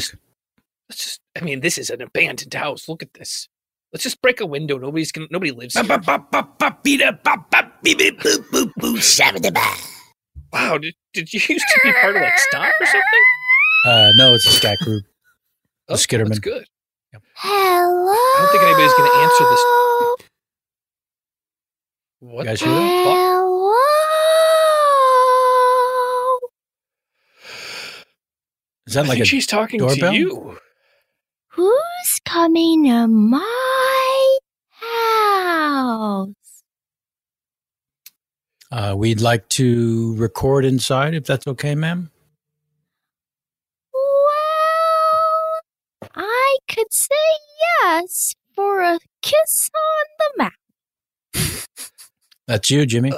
Speaker 9: let's just. I mean, this is an abandoned house. Look at this. Let's just break a window. Nobody's gonna. Nobody lives. here. Wow. Did, did you *laughs* used to be part of like Stomp or something?
Speaker 3: Uh, no, it's a scat group. The Skitterman.
Speaker 9: Oh, That's good. Hello. I don't think anybody's going to answer this. What
Speaker 3: guys
Speaker 9: the
Speaker 3: hear that? Is that
Speaker 9: I
Speaker 3: like
Speaker 9: think
Speaker 3: a
Speaker 9: she's talking to
Speaker 3: doorbell?
Speaker 9: you.
Speaker 7: Who's coming to my house?
Speaker 3: Uh, we'd like to record inside, if that's okay, ma'am.
Speaker 7: I could say yes for a kiss on the mouth.
Speaker 3: That's you, Jimmy.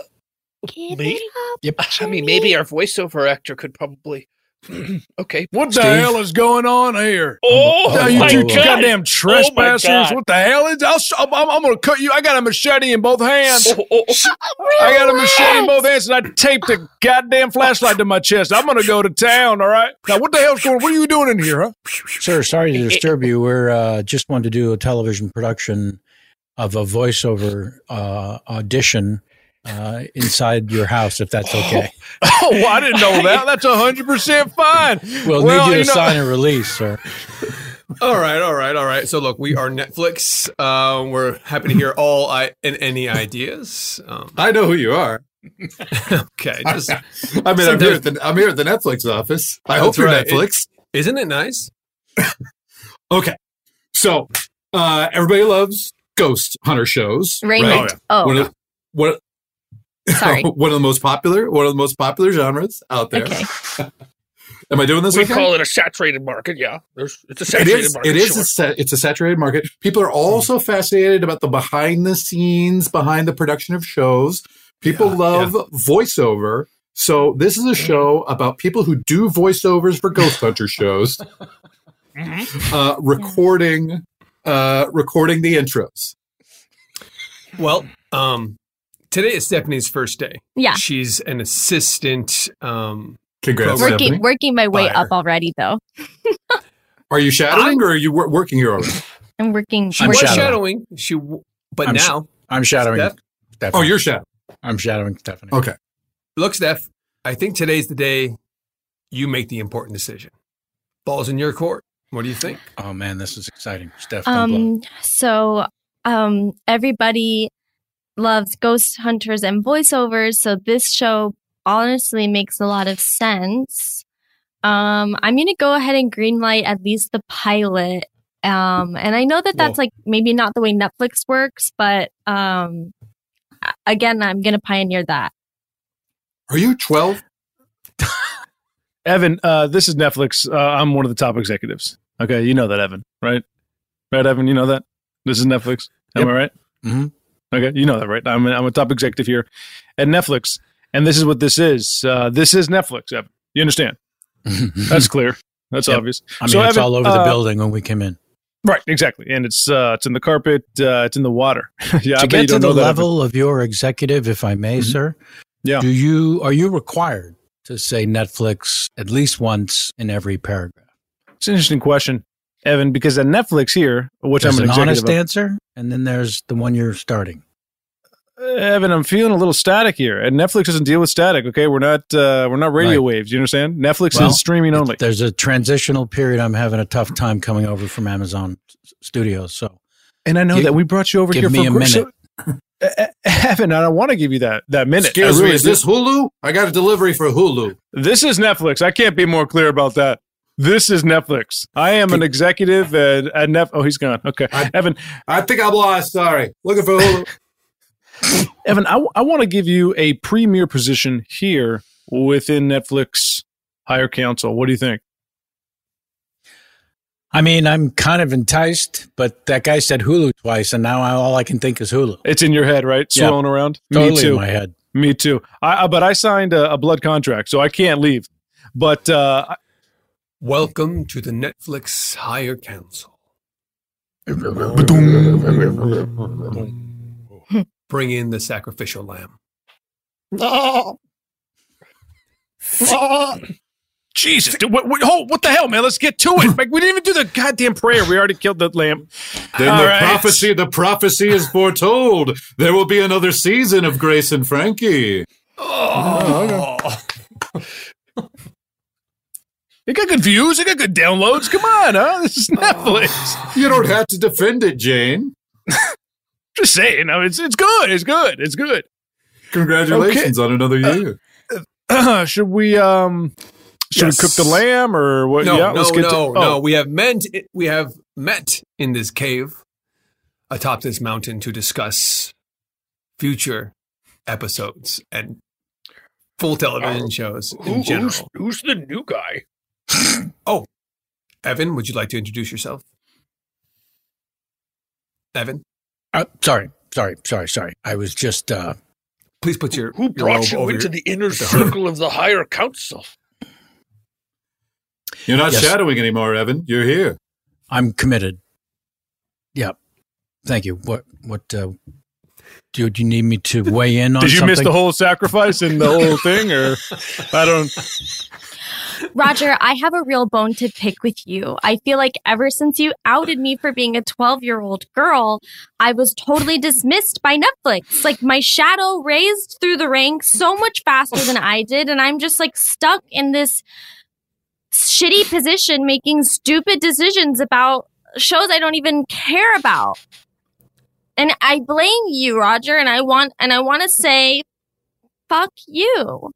Speaker 7: Give
Speaker 9: Me?
Speaker 7: it up.
Speaker 3: Yep.
Speaker 9: I mean, maybe our voiceover actor could probably. *clears throat* okay.
Speaker 8: What the hell is going on here?
Speaker 9: Oh,
Speaker 8: Now,
Speaker 9: my
Speaker 8: you two
Speaker 9: God. Oh, my
Speaker 8: goddamn trespassers!
Speaker 9: God.
Speaker 8: what the hell is? I'll, sh- I'm, I'm, I'm gonna cut you. I got a machete in both hands.
Speaker 9: Oh,
Speaker 8: Sh- I got a machete in both hands, and I taped a goddamn flashlight to my chest. I'm gonna go to town. All right. Now, what the hell's going? What are you doing in here, huh?
Speaker 3: Sir, sorry to disturb you. We're uh, just wanted to do a television production of a voiceover uh, audition uh, inside your house, if that's okay.
Speaker 8: *laughs* Oh, well, I didn't know
Speaker 9: *laughs*
Speaker 8: that. That's hundred percent fine.
Speaker 3: We'll,
Speaker 8: Well,
Speaker 3: need you
Speaker 8: you
Speaker 3: to
Speaker 8: know-
Speaker 3: sign a release, sir.
Speaker 5: All right, all right, all right. So look, we are Netflix. Um, we're happy to hear all I- and any ideas. Um,
Speaker 6: I know who you
Speaker 11: *laughs*
Speaker 6: are.
Speaker 5: okay,
Speaker 6: *laughs* I,
Speaker 5: just
Speaker 6: mean, I'm here,
Speaker 5: sometimes-
Speaker 6: at the, I'm here at the Netflix office. I hope
Speaker 5: That's
Speaker 6: you're
Speaker 5: right.
Speaker 6: Netflix.
Speaker 5: is isn't it nice?
Speaker 6: Okay. So uh, everybody loves ghost hunter shows.
Speaker 4: Raymond. Oh.
Speaker 6: One of, one,
Speaker 4: Sorry.
Speaker 6: *laughs* one of the most popular, one of the most popular genres out there.
Speaker 4: Okay.
Speaker 6: *laughs* Am I doing this?
Speaker 9: we
Speaker 6: okay?
Speaker 9: call it a saturated market. Yeah, there's it's a
Speaker 6: it
Speaker 9: saturated
Speaker 6: is.
Speaker 9: market.
Speaker 6: It is.
Speaker 9: sure.
Speaker 6: A sa- it's a saturated market. People are also fascinated about the behind the scenes, behind the production of shows. People love voiceover. So this is a
Speaker 9: Mm-hmm.
Speaker 6: show about people who do voiceovers for ghost hunter shows, uh, recording, uh, recording the intros.
Speaker 5: Well, um, today is Stephanie's first day.
Speaker 7: Yeah.
Speaker 5: She's an assistant. Um,
Speaker 6: Congrats,
Speaker 7: working, working my way up already, though.
Speaker 6: Are you shadowing or are you wor- working here already?
Speaker 7: I'm working.
Speaker 5: She was
Speaker 7: working.
Speaker 5: shadowing. She, w- but
Speaker 3: I'm sh-
Speaker 5: now
Speaker 3: I'm shadowing.
Speaker 5: Steph?
Speaker 3: Stephanie.
Speaker 5: Oh, you're shadowing.
Speaker 3: I'm shadowing Stephanie.
Speaker 6: Okay.
Speaker 5: Look, Steph, I think today's the day you make the important decision. Ball's in your court. What do you think?
Speaker 3: Oh man, this is exciting. Steph,
Speaker 7: Um, so um, everybody loves ghost hunters and voiceovers, so this show honestly makes a lot of sense. Um, I'm gonna go ahead and greenlight at least the pilot. Um, and I know that that's
Speaker 15: Whoa.
Speaker 7: like maybe not the way Netflix works, but um, a- again, I'm gonna pioneer that.
Speaker 6: Are you 12?
Speaker 8: *laughs* Evan, uh, this is Netflix. Uh, I'm one of the top executives. Okay, you know that, Evan, right? Right, Evan, you know that. This is Netflix. Am I right? Mm-hmm. Okay, you know that, right? I'm I'm a top executive here at Netflix, and this is what this is. Uh, this is Netflix, Evan.
Speaker 3: *laughs*
Speaker 8: You understand? That's clear. That's
Speaker 3: Yep.
Speaker 8: obvious.
Speaker 3: I mean, it's
Speaker 8: Evan,
Speaker 3: all over the
Speaker 8: uh,
Speaker 3: building when we came in.
Speaker 8: Right, exactly. And it's uh, it's in the carpet. Uh, it's in the water. *laughs* yeah, I
Speaker 3: to
Speaker 8: bet you
Speaker 3: get to
Speaker 8: don't
Speaker 3: the
Speaker 8: know that, Evan.
Speaker 3: level of your executive, if I may, sir.
Speaker 8: Yeah.
Speaker 3: Do you are you required to say Netflix at least once in every paragraph?
Speaker 8: It's an interesting question, Evan, because at Netflix here, which
Speaker 3: There's
Speaker 8: I'm an,
Speaker 3: an
Speaker 8: executive
Speaker 3: honest
Speaker 8: of-
Speaker 3: answer, and then there's the one you're starting.
Speaker 8: uh, Evan, I'm feeling a little static here, and Netflix doesn't deal with static. Okay, we're not uh, we're not radio waves. You understand? Netflix
Speaker 3: Well,
Speaker 8: is streaming only.
Speaker 3: There's a transitional period. I'm having a tough time coming over from Amazon s- Studios. So,
Speaker 8: And I know
Speaker 3: Give-
Speaker 8: that we brought you over
Speaker 3: give
Speaker 8: here
Speaker 3: me
Speaker 8: for
Speaker 3: a
Speaker 8: gr- so-
Speaker 3: minute.
Speaker 8: *laughs* E-, Evan, I don't want to give you that that minute.
Speaker 6: Excuse
Speaker 8: I
Speaker 6: me, is this
Speaker 8: Hulu? I got a delivery for Hulu. This is Netflix. I can't be more clear about that. This is Netflix. I am an executive at, at Nef. Oh, he's gone. Okay, Evan. I think I'm lost. Sorry, looking for Hulu. *laughs* Evan, I, want to give you a premier position here within Netflix Higher Council. What do you think?
Speaker 3: I mean, I'm kind of enticed, but that guy said Hulu twice, and now I, all I can think is Hulu.
Speaker 8: It's in your head, right?
Speaker 3: Yeah.
Speaker 8: Swirling around.
Speaker 3: Totally in my head.
Speaker 8: Me too. I, I- but I signed a, a blood contract, so I can't leave. But uh, I-
Speaker 5: Welcome to the Netflix Higher Council.
Speaker 8: Mm.
Speaker 5: *laughs* Bring in the sacrificial lamb.
Speaker 9: No. No.
Speaker 8: Jesus, dude, what, what, hold, what the hell, man? Let's get to it. Like we didn't even do the goddamn prayer. We already killed that lamb.
Speaker 6: Then
Speaker 8: All
Speaker 6: the
Speaker 8: right.
Speaker 6: prophecy, the prophecy is foretold. There will be another season of Grace and Frankie.
Speaker 8: Oh, *laughs* It got good views. It got good downloads. Come on, huh? This is Netflix.
Speaker 6: Oh. You don't have to defend it, Jane.
Speaker 8: *laughs* Just saying. I mean, it's it's good. It's good. It's good.
Speaker 6: Congratulations on another
Speaker 8: Uh, *clears throat*
Speaker 6: year.
Speaker 8: should we um should
Speaker 5: Yes.
Speaker 8: we cook the lamb or what?
Speaker 5: No,
Speaker 8: yeah,
Speaker 5: no,
Speaker 8: let's get
Speaker 5: no,
Speaker 8: to, oh.
Speaker 5: no. We have met. We have met in this cave, atop this mountain, to discuss future episodes and
Speaker 8: Oh.
Speaker 5: full television shows in
Speaker 11: Who-
Speaker 5: general. Oh,
Speaker 11: who's, who's the new guy?
Speaker 5: Evan, would you like to introduce yourself? Evan,
Speaker 3: Uh, sorry, sorry, sorry, sorry. I was just uh,
Speaker 5: please put your
Speaker 3: who
Speaker 11: Brought you into the inner circle of the higher council.
Speaker 6: You're not
Speaker 3: Yes.
Speaker 6: shadowing anymore, Evan. You're here.
Speaker 3: I'm committed. Yeah. Thank you. What what uh, do, do you need me to weigh in on?
Speaker 8: Did you miss
Speaker 3: something?
Speaker 8: the whole sacrifice and the whole thing, or *laughs* I don't?
Speaker 7: Roger, I have a real bone to pick with you. I feel like ever since you outed me for being a 12 year old girl, I was totally dismissed by Netflix. Like my shadow raised through the ranks so much faster than I did. And I'm just like stuck in this shitty position making stupid decisions about shows I don't even care about. And I blame you, Roger. And I want, and I want to say, fuck you.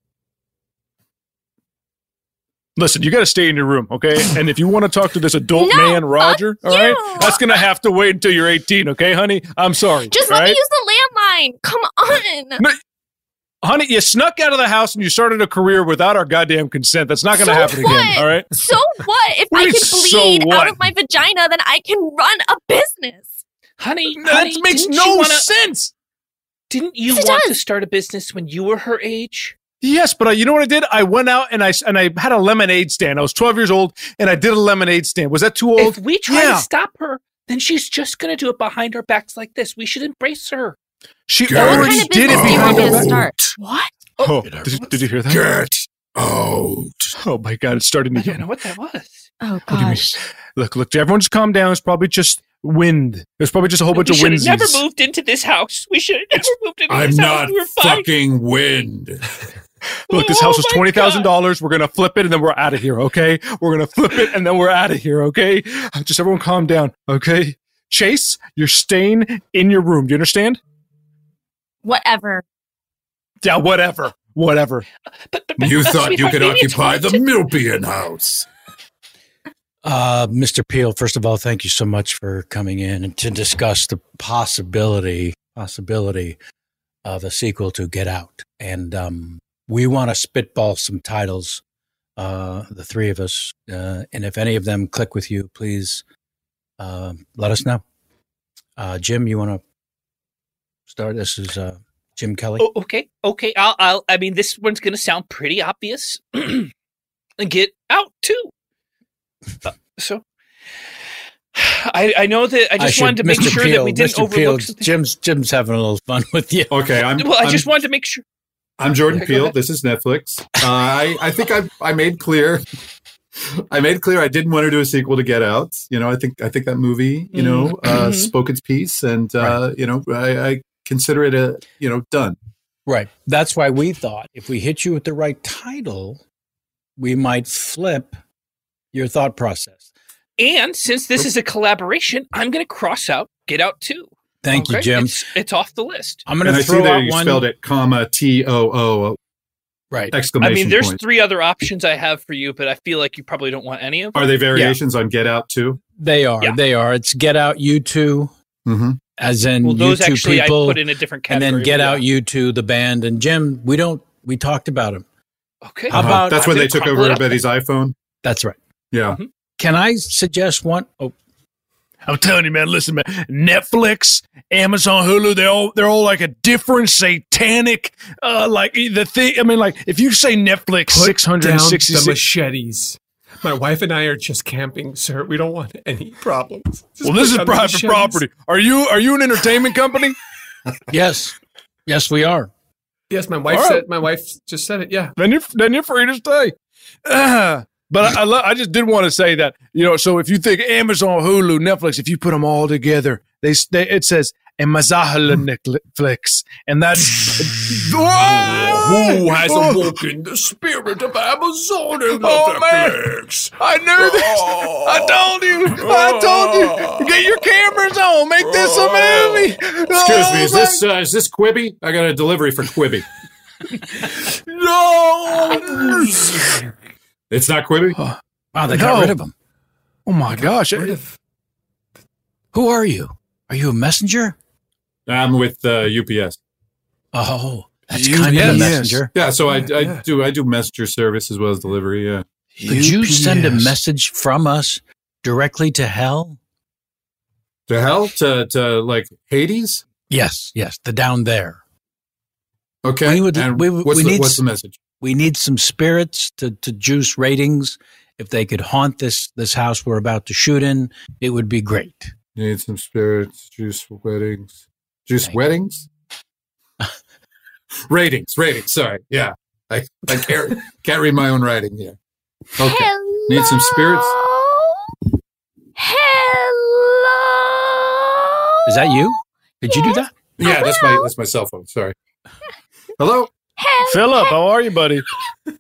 Speaker 8: Listen, you got to stay in your room, okay? And if you want to talk to this adult man, Roger, all right, that's gonna have to wait until you're 18, okay, honey? I'm sorry.
Speaker 7: Just
Speaker 8: all
Speaker 7: let me
Speaker 8: right?
Speaker 7: use the landline. Come on.
Speaker 8: No, honey. You snuck out of the house and you started a career without our goddamn consent. That's not gonna
Speaker 7: So
Speaker 8: happen
Speaker 7: what?
Speaker 8: again, all right?
Speaker 7: So what? If
Speaker 8: What
Speaker 7: I
Speaker 8: do you-
Speaker 7: can
Speaker 8: so
Speaker 7: bleed out
Speaker 8: what?
Speaker 7: of my vagina, then I can run a business.
Speaker 9: Honey,
Speaker 8: That
Speaker 9: honey,
Speaker 8: makes
Speaker 9: didn't
Speaker 8: no
Speaker 9: you wanna,
Speaker 8: sense.
Speaker 9: Didn't you
Speaker 7: Yes, it
Speaker 9: want to
Speaker 7: does.
Speaker 9: start a business when you were her age?
Speaker 8: Yes, but uh, you know what I did? I went out and I s- and I had a lemonade stand. I was 12 years old and I did a lemonade stand. Was that too old?
Speaker 9: If we try
Speaker 8: Yeah.
Speaker 9: to stop her, then she's just going to do it behind our backs like this. We should embrace her.
Speaker 8: She
Speaker 9: Gert.
Speaker 8: already
Speaker 9: What kind of
Speaker 8: did it
Speaker 9: business do you
Speaker 8: behind
Speaker 9: want me
Speaker 8: her
Speaker 9: to
Speaker 8: back.
Speaker 9: start? What?
Speaker 8: Oh, did, you- did you hear that? Get out. Oh my God, it's starting again.
Speaker 9: What that was?
Speaker 7: Oh
Speaker 8: What do you mean?
Speaker 7: gosh.
Speaker 8: Look, look, everyone just calm down. It's probably just wind. There's probably just a whole bunch
Speaker 9: we
Speaker 8: of
Speaker 9: should
Speaker 8: winds.
Speaker 9: have never moved into this house. We should have never moved into
Speaker 8: I'm
Speaker 9: this
Speaker 8: not
Speaker 9: house. We were fine. Oh
Speaker 8: fucking wind. *laughs* Look, this house was twenty thousand dollars. We're gonna flip it and then we're out of here, okay? We're gonna flip it and then we're out of here, okay? Uh, Just everyone calm down, okay? Chase, you're staying in your room. Do you understand?
Speaker 7: Whatever.
Speaker 8: Yeah, whatever. Whatever.
Speaker 7: *laughs*
Speaker 3: You thought you could occupy the
Speaker 8: Milpian house.
Speaker 3: Uh, Mr. Peel, first of all, thank you so much for coming in and to discuss the possibility possibility of a sequel to Get Out. And um, we want to spitball some titles, uh, the three of us. Uh, and if any of them click with you, please uh, let us know. Uh, Jim, you want to start? This is uh, Jim Kelly.
Speaker 9: Oh, okay, okay. I'll, I'll. I mean, this one's gonna sound pretty obvious. *clears throat* and get out too. Uh, so, *sighs* I I know that I just
Speaker 3: should-
Speaker 9: wanted to make
Speaker 3: Mr.
Speaker 9: sure that
Speaker 3: Peel,
Speaker 9: we didn't
Speaker 3: Mr. Peel,
Speaker 9: overlook.
Speaker 3: Jim's Jim's having a little fun with you.
Speaker 6: Okay, I'm.
Speaker 9: well, I
Speaker 6: I'm-
Speaker 9: just wanted to make sure.
Speaker 6: I'm Jordan
Speaker 9: Okay, go
Speaker 6: Peele.
Speaker 9: ahead.
Speaker 6: This is Netflix. Uh, I I think I I made clear. I made clear I didn't want to do a sequel to Get Out. You know, I think I think that movie, you know,
Speaker 9: Mm.
Speaker 6: uh,
Speaker 9: Mm-hmm.
Speaker 3: Mhm.
Speaker 6: spoke its piece, and uh, you know, I, I consider it a you know done.
Speaker 3: Right. That's why we thought if we hit you with the right title, we might flip your thought process.
Speaker 9: And since
Speaker 3: Oh.
Speaker 9: this is a collaboration, I'm gonna cross out get out too.
Speaker 3: Thank you, Jim.
Speaker 9: It's, it's off the list.
Speaker 6: and I see that you spelled it comma T O O
Speaker 3: right
Speaker 6: exclamation.
Speaker 9: I mean, there's
Speaker 6: point.
Speaker 9: three other options I have for you, but I feel like you probably don't want any of them.
Speaker 6: Are they variations on Get Out too?
Speaker 3: They are. They are. It's Get Out You 2
Speaker 6: Mm-hmm.
Speaker 3: as in
Speaker 9: Well, those
Speaker 3: you two
Speaker 9: actually I
Speaker 3: people,
Speaker 9: put in a different
Speaker 3: and then
Speaker 9: category,
Speaker 3: Get
Speaker 9: yeah.
Speaker 3: Out You Two, the band, and Jim. We don't. We talked about him.
Speaker 9: Okay.
Speaker 3: How about
Speaker 6: Uh-huh. that's when they took over everybody's iPhone.
Speaker 3: That's right.
Speaker 6: Yeah.
Speaker 3: Mm-hmm. Can I suggest one? Oh,
Speaker 8: I'm telling you, man. Listen, man. Netflix, Amazon, Hulu, they all they're all like a different satanic, uh, like the thing. I mean, like if you say Netflix,
Speaker 5: Put
Speaker 8: six hundred and
Speaker 5: down the
Speaker 8: sixty-six.
Speaker 5: machetes. My wife and I are just camping, sir. We don't want any problems. Just
Speaker 8: well,
Speaker 5: put
Speaker 8: this is
Speaker 5: down the
Speaker 8: private
Speaker 5: machetes.
Speaker 8: property. Are you are you an entertainment company?
Speaker 3: *laughs* yes, yes, we are.
Speaker 5: Yes, my wife
Speaker 8: All right.
Speaker 5: said. My wife just said it. Yeah.
Speaker 8: Then you're then you're free to stay. *clears throat* Ah, but I I, lo- I just did want to say that you know. So if you think Amazon, Hulu, Netflix, if you put them all together, they, s- they it says Amazon Netflix, and *laughs* that's
Speaker 5: Who has
Speaker 8: Oh.
Speaker 5: awoken the spirit of Amazon and
Speaker 8: Oh, man.
Speaker 5: Netflix?
Speaker 8: I knew this. I told you. I told you. Get your cameras on. Make this a movie.
Speaker 6: Excuse me, is this uh, is this Quibi? I got a delivery for Quibi.
Speaker 8: Oh, no?
Speaker 6: It's not Quibi.
Speaker 9: *sighs*
Speaker 3: Wow, they
Speaker 8: No.
Speaker 3: got rid of him.
Speaker 8: Oh my gosh!
Speaker 3: Who are you? Are you a messenger?
Speaker 6: I'm with uh, UPS.
Speaker 3: Oh, that's kind of a messenger.
Speaker 6: Yeah, so I, I do I do messenger service as well as delivery. Yeah.
Speaker 3: Could you send a message from us directly to hell?
Speaker 6: to hell to to like Hades?
Speaker 3: Yes, yes, the down there.
Speaker 6: Okay.
Speaker 3: We would.
Speaker 6: And
Speaker 3: we, we
Speaker 6: what's the-
Speaker 3: need
Speaker 6: what's
Speaker 3: s-
Speaker 6: the message?
Speaker 3: We need some spirits to, to juice ratings. If they could haunt this this house we're about to shoot in, it would be great.
Speaker 6: Need some spirits, juice weddings, juice weddings,
Speaker 3: *laughs*
Speaker 6: ratings, ratings. Sorry, yeah, I I can't, can't read my own writing here. Okay, need some spirits.
Speaker 3: Is that you? Did you do that?
Speaker 6: Yeah, that's my that's my cell phone. Sorry. Hello,
Speaker 8: Philip. How are you, buddy?
Speaker 6: *laughs*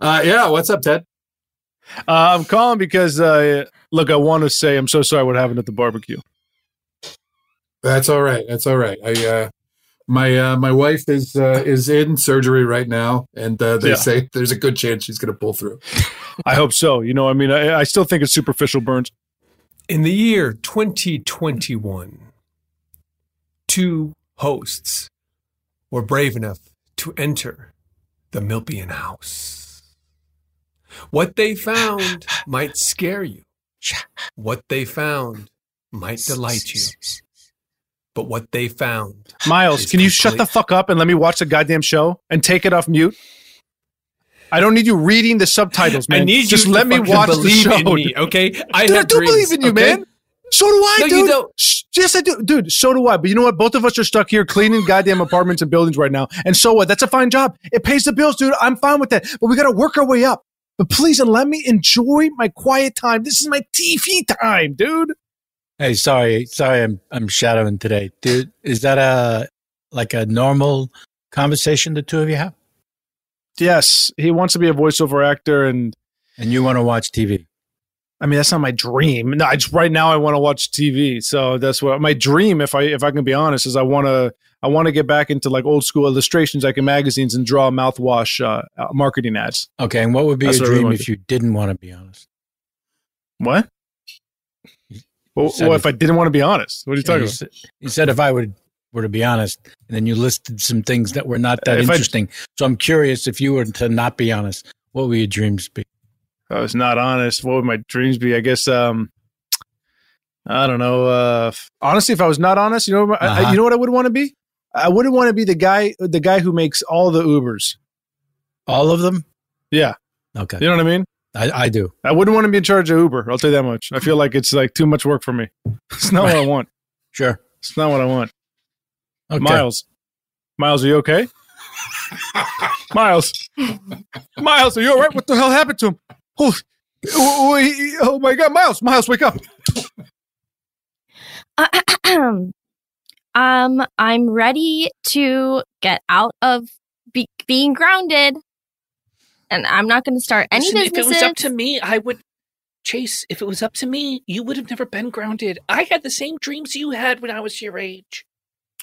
Speaker 6: Uh, yeah. What's up, Ted?
Speaker 8: Uh, I'm calling because uh, look, I want to say I'm so sorry what happened at the barbecue.
Speaker 6: That's all right. That's all right. I uh, my uh, my wife is uh, is in surgery right now, and uh, they
Speaker 8: Yeah.
Speaker 6: say there's
Speaker 8: *laughs*
Speaker 6: a good chance she's going to pull through.
Speaker 8: I hope so. You know, I mean, I, I still think it's superficial burns.
Speaker 5: In the year 2021, two hosts were brave enough to enter the Milpian house. What they found might scare you. What they found might delight you. But what they found.
Speaker 8: Miles, can you shut the fuck up and let me watch the goddamn show and take it off mute? I don't need you reading the subtitles, man.
Speaker 5: I need
Speaker 8: just
Speaker 5: you
Speaker 8: let
Speaker 5: to
Speaker 8: me
Speaker 5: fucking
Speaker 8: watch the
Speaker 5: believe
Speaker 8: show.
Speaker 5: in me, okay? I
Speaker 8: Dude, I
Speaker 5: have
Speaker 8: do
Speaker 5: dreams,
Speaker 8: believe in you,
Speaker 5: okay?
Speaker 8: man. So do I,
Speaker 5: No, you
Speaker 8: dude.
Speaker 5: don't.
Speaker 8: Shh, Yes, I do, dude. So do I. But you know what? Both of us are stuck here cleaning goddamn apartments and buildings right now. And so what? That's a fine job. It pays the bills, dude. I'm fine with that. But we got to work our way up. But please, and let me enjoy my quiet time. This is my TV time, dude.
Speaker 3: Hey, sorry, sorry, I'm I'm shadowing today, dude. Is that a like a normal conversation the two of you have?
Speaker 8: Yes, he wants to be a voiceover actor, and
Speaker 3: and you want to watch TV.
Speaker 8: I mean, that's not my dream. No, it's right now I want to watch TV. So that's what my dream, if I if I can be honest, is I want to I want to get back into like old school illustrations, like in magazines, and draw mouthwash uh, uh, marketing ads.
Speaker 3: Okay, and what would be
Speaker 8: That's
Speaker 3: your
Speaker 8: what I really
Speaker 3: dream
Speaker 8: want
Speaker 3: if
Speaker 8: to
Speaker 3: you didn't want to be honest?
Speaker 8: What? Well,
Speaker 3: said
Speaker 8: well
Speaker 3: if-
Speaker 8: if I didn't want to be honest, what are you talking
Speaker 3: you,
Speaker 8: about?
Speaker 3: said, you said if I would were to be honest, and then you listed some things that were not that
Speaker 8: If I-
Speaker 3: interesting. so I'm curious if you were to not be honest, what would your dreams be?
Speaker 8: If I was not honest, what would my dreams be? I guess um I don't know. Uh f- honestly, if I was not honest, you know what I- I,
Speaker 3: Uh-huh.
Speaker 8: you know what I would want to be? I wouldn't want to be the guy the guy who makes all the Ubers.
Speaker 3: All of them?
Speaker 8: Yeah.
Speaker 3: Okay.
Speaker 8: You know what I mean?
Speaker 3: I, I do.
Speaker 8: I wouldn't want to be in charge of Uber. I'll tell you that much. I feel like it's like too much work for me. *laughs* It's not what I want.
Speaker 3: Sure.
Speaker 8: It's not what I want.
Speaker 3: Okay.
Speaker 8: Miles. Miles, are you okay? Miles. Miles, are you all right? What the hell happened to him? Oh, oh, oh, he- oh my God, Miles, Miles, wake up.
Speaker 7: *clears throat* um, I'm ready to get out of be- being grounded, and I'm not going to start any
Speaker 9: Listen,
Speaker 7: businesses.
Speaker 9: If it was up to me, I would Chase, if it was up to me, you would have never been grounded. I had the same dreams you had when I was your age.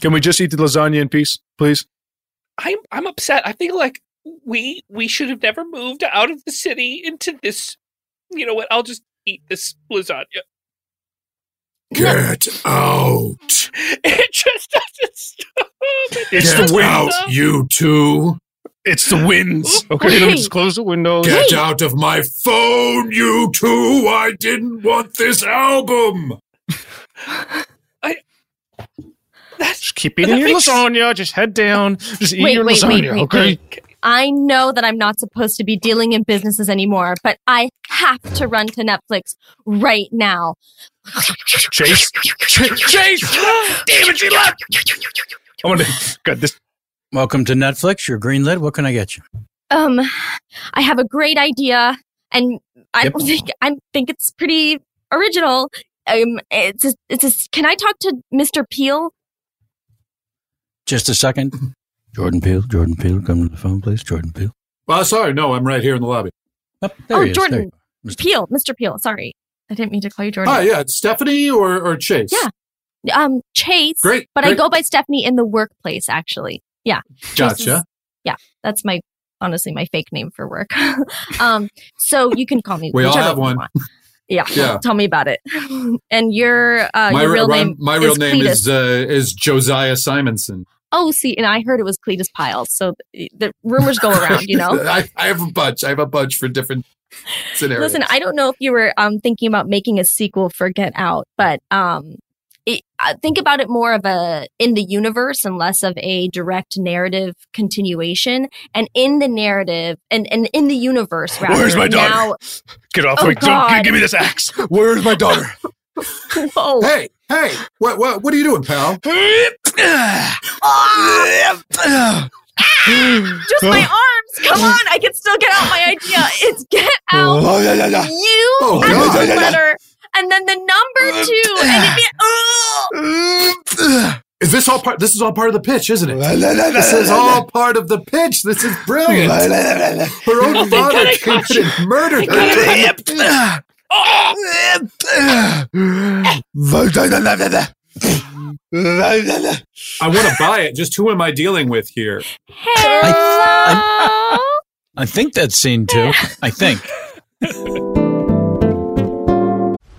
Speaker 8: Can we just eat the lasagna in peace, please?
Speaker 9: I'm I'm upset. I feel like we we should have never moved out of the city into this. You know what? I'll just eat this lasagna.
Speaker 15: Get out.
Speaker 9: It just doesn't stop. It
Speaker 15: It's
Speaker 9: doesn't
Speaker 15: Get the out,
Speaker 9: stop.
Speaker 15: you two.
Speaker 8: It's the winds.
Speaker 15: Okay,
Speaker 8: let me just close the windows.
Speaker 15: Get
Speaker 8: Hey.
Speaker 15: out of my phone, you two. I didn't want this album.
Speaker 8: Just keep eating your lasagna. Just head down. Just eat
Speaker 7: Wait,
Speaker 8: your
Speaker 7: wait, wait,
Speaker 8: lasagna,
Speaker 7: wait,
Speaker 8: okay?
Speaker 7: wait. I know that I'm not supposed to be dealing in businesses anymore, but I have to run to Netflix right now.
Speaker 8: Chase. Chase. Chase. *gasps* Damn it, she left. *laughs* I *laughs* want to got this.
Speaker 3: Welcome to Netflix. You're greenlit. What can I get you?
Speaker 7: Um, I have a great idea, and I
Speaker 3: Yep.
Speaker 7: don't think I think it's pretty original. Um, it's a, it's a, can I talk to Mr. Peel?
Speaker 3: Just a
Speaker 8: *laughs*
Speaker 3: second. Jordan Peele. Jordan Peele, come to the phone, please. Jordan Peele.
Speaker 6: Well, sorry, no, I'm right here in the lobby.
Speaker 3: There
Speaker 7: oh,
Speaker 3: he is. There
Speaker 7: Jordan
Speaker 3: you Mr.
Speaker 7: Peel, Mr. Peel. Sorry, I didn't mean to call you Jordan.
Speaker 6: Ah, yeah, it's Stephanie or, or Chase?
Speaker 7: Yeah. Um, Chase.
Speaker 6: Great,
Speaker 7: But I
Speaker 6: great.
Speaker 7: go by Stephanie in the workplace, actually. Yeah. Chase
Speaker 6: Gotcha.
Speaker 7: is- yeah. That's my, honestly, my fake name for work. *laughs* um, so you can call me.
Speaker 6: We all
Speaker 7: whichever
Speaker 6: have
Speaker 7: you
Speaker 6: one.
Speaker 7: want. Yeah.
Speaker 6: Yeah.
Speaker 7: *laughs* Tell me about it. and your, uh,
Speaker 6: my
Speaker 7: your
Speaker 6: re-
Speaker 7: real
Speaker 6: run-
Speaker 7: name,
Speaker 6: my
Speaker 7: is
Speaker 6: real name
Speaker 7: Cletus.
Speaker 6: is uh, is Josiah Simonson.
Speaker 7: oh, see, and I heard it was Cletus Piles. So th- the rumors go around,
Speaker 6: *laughs*
Speaker 7: you know?
Speaker 6: I, I have a bunch. I have a bunch for different scenarios.
Speaker 7: Listen, I don't know if you were um, thinking about making a sequel for Get Out, but um, it, uh, think about it more of a in the universe and less of a direct narrative continuation. And in the narrative and, and in the universe, rather,
Speaker 8: Where's my daughter?
Speaker 7: now-
Speaker 8: Get off
Speaker 7: Oh,
Speaker 8: my
Speaker 7: God.
Speaker 8: don't give me this
Speaker 6: *laughs*
Speaker 8: axe. Where's my daughter?
Speaker 7: *laughs* Whoa.
Speaker 6: Hey, hey, what, what, what are you
Speaker 8: *laughs*
Speaker 6: doing, pal?
Speaker 7: just
Speaker 15: *laughs*
Speaker 7: my arms. Come on, I can still get out my idea. It's Get Out.
Speaker 15: *laughs* Oh, yeah, yeah, yeah.
Speaker 7: You
Speaker 15: Oh,
Speaker 7: and
Speaker 15: God.
Speaker 7: the
Speaker 15: Yeah, Uh, yeah, yeah.
Speaker 7: letter, and then the number two,
Speaker 15: *laughs*
Speaker 7: and it be oh.
Speaker 6: Is this all part? This is all part of the
Speaker 8: *laughs*
Speaker 6: pitch, isn't it?
Speaker 15: la, la,
Speaker 6: this
Speaker 15: la,
Speaker 6: is
Speaker 15: la,
Speaker 6: all part of the pitch. This is
Speaker 8: *laughs*
Speaker 6: brilliant.
Speaker 15: La, la, la,
Speaker 6: Her own
Speaker 15: Nothing
Speaker 6: father
Speaker 15: can
Speaker 6: came
Speaker 15: touch
Speaker 6: *laughs* in and murdered her. *laughs*
Speaker 8: *laughs*
Speaker 6: I want to buy it. Just who am I dealing with here?
Speaker 3: I think that's scene two. I think.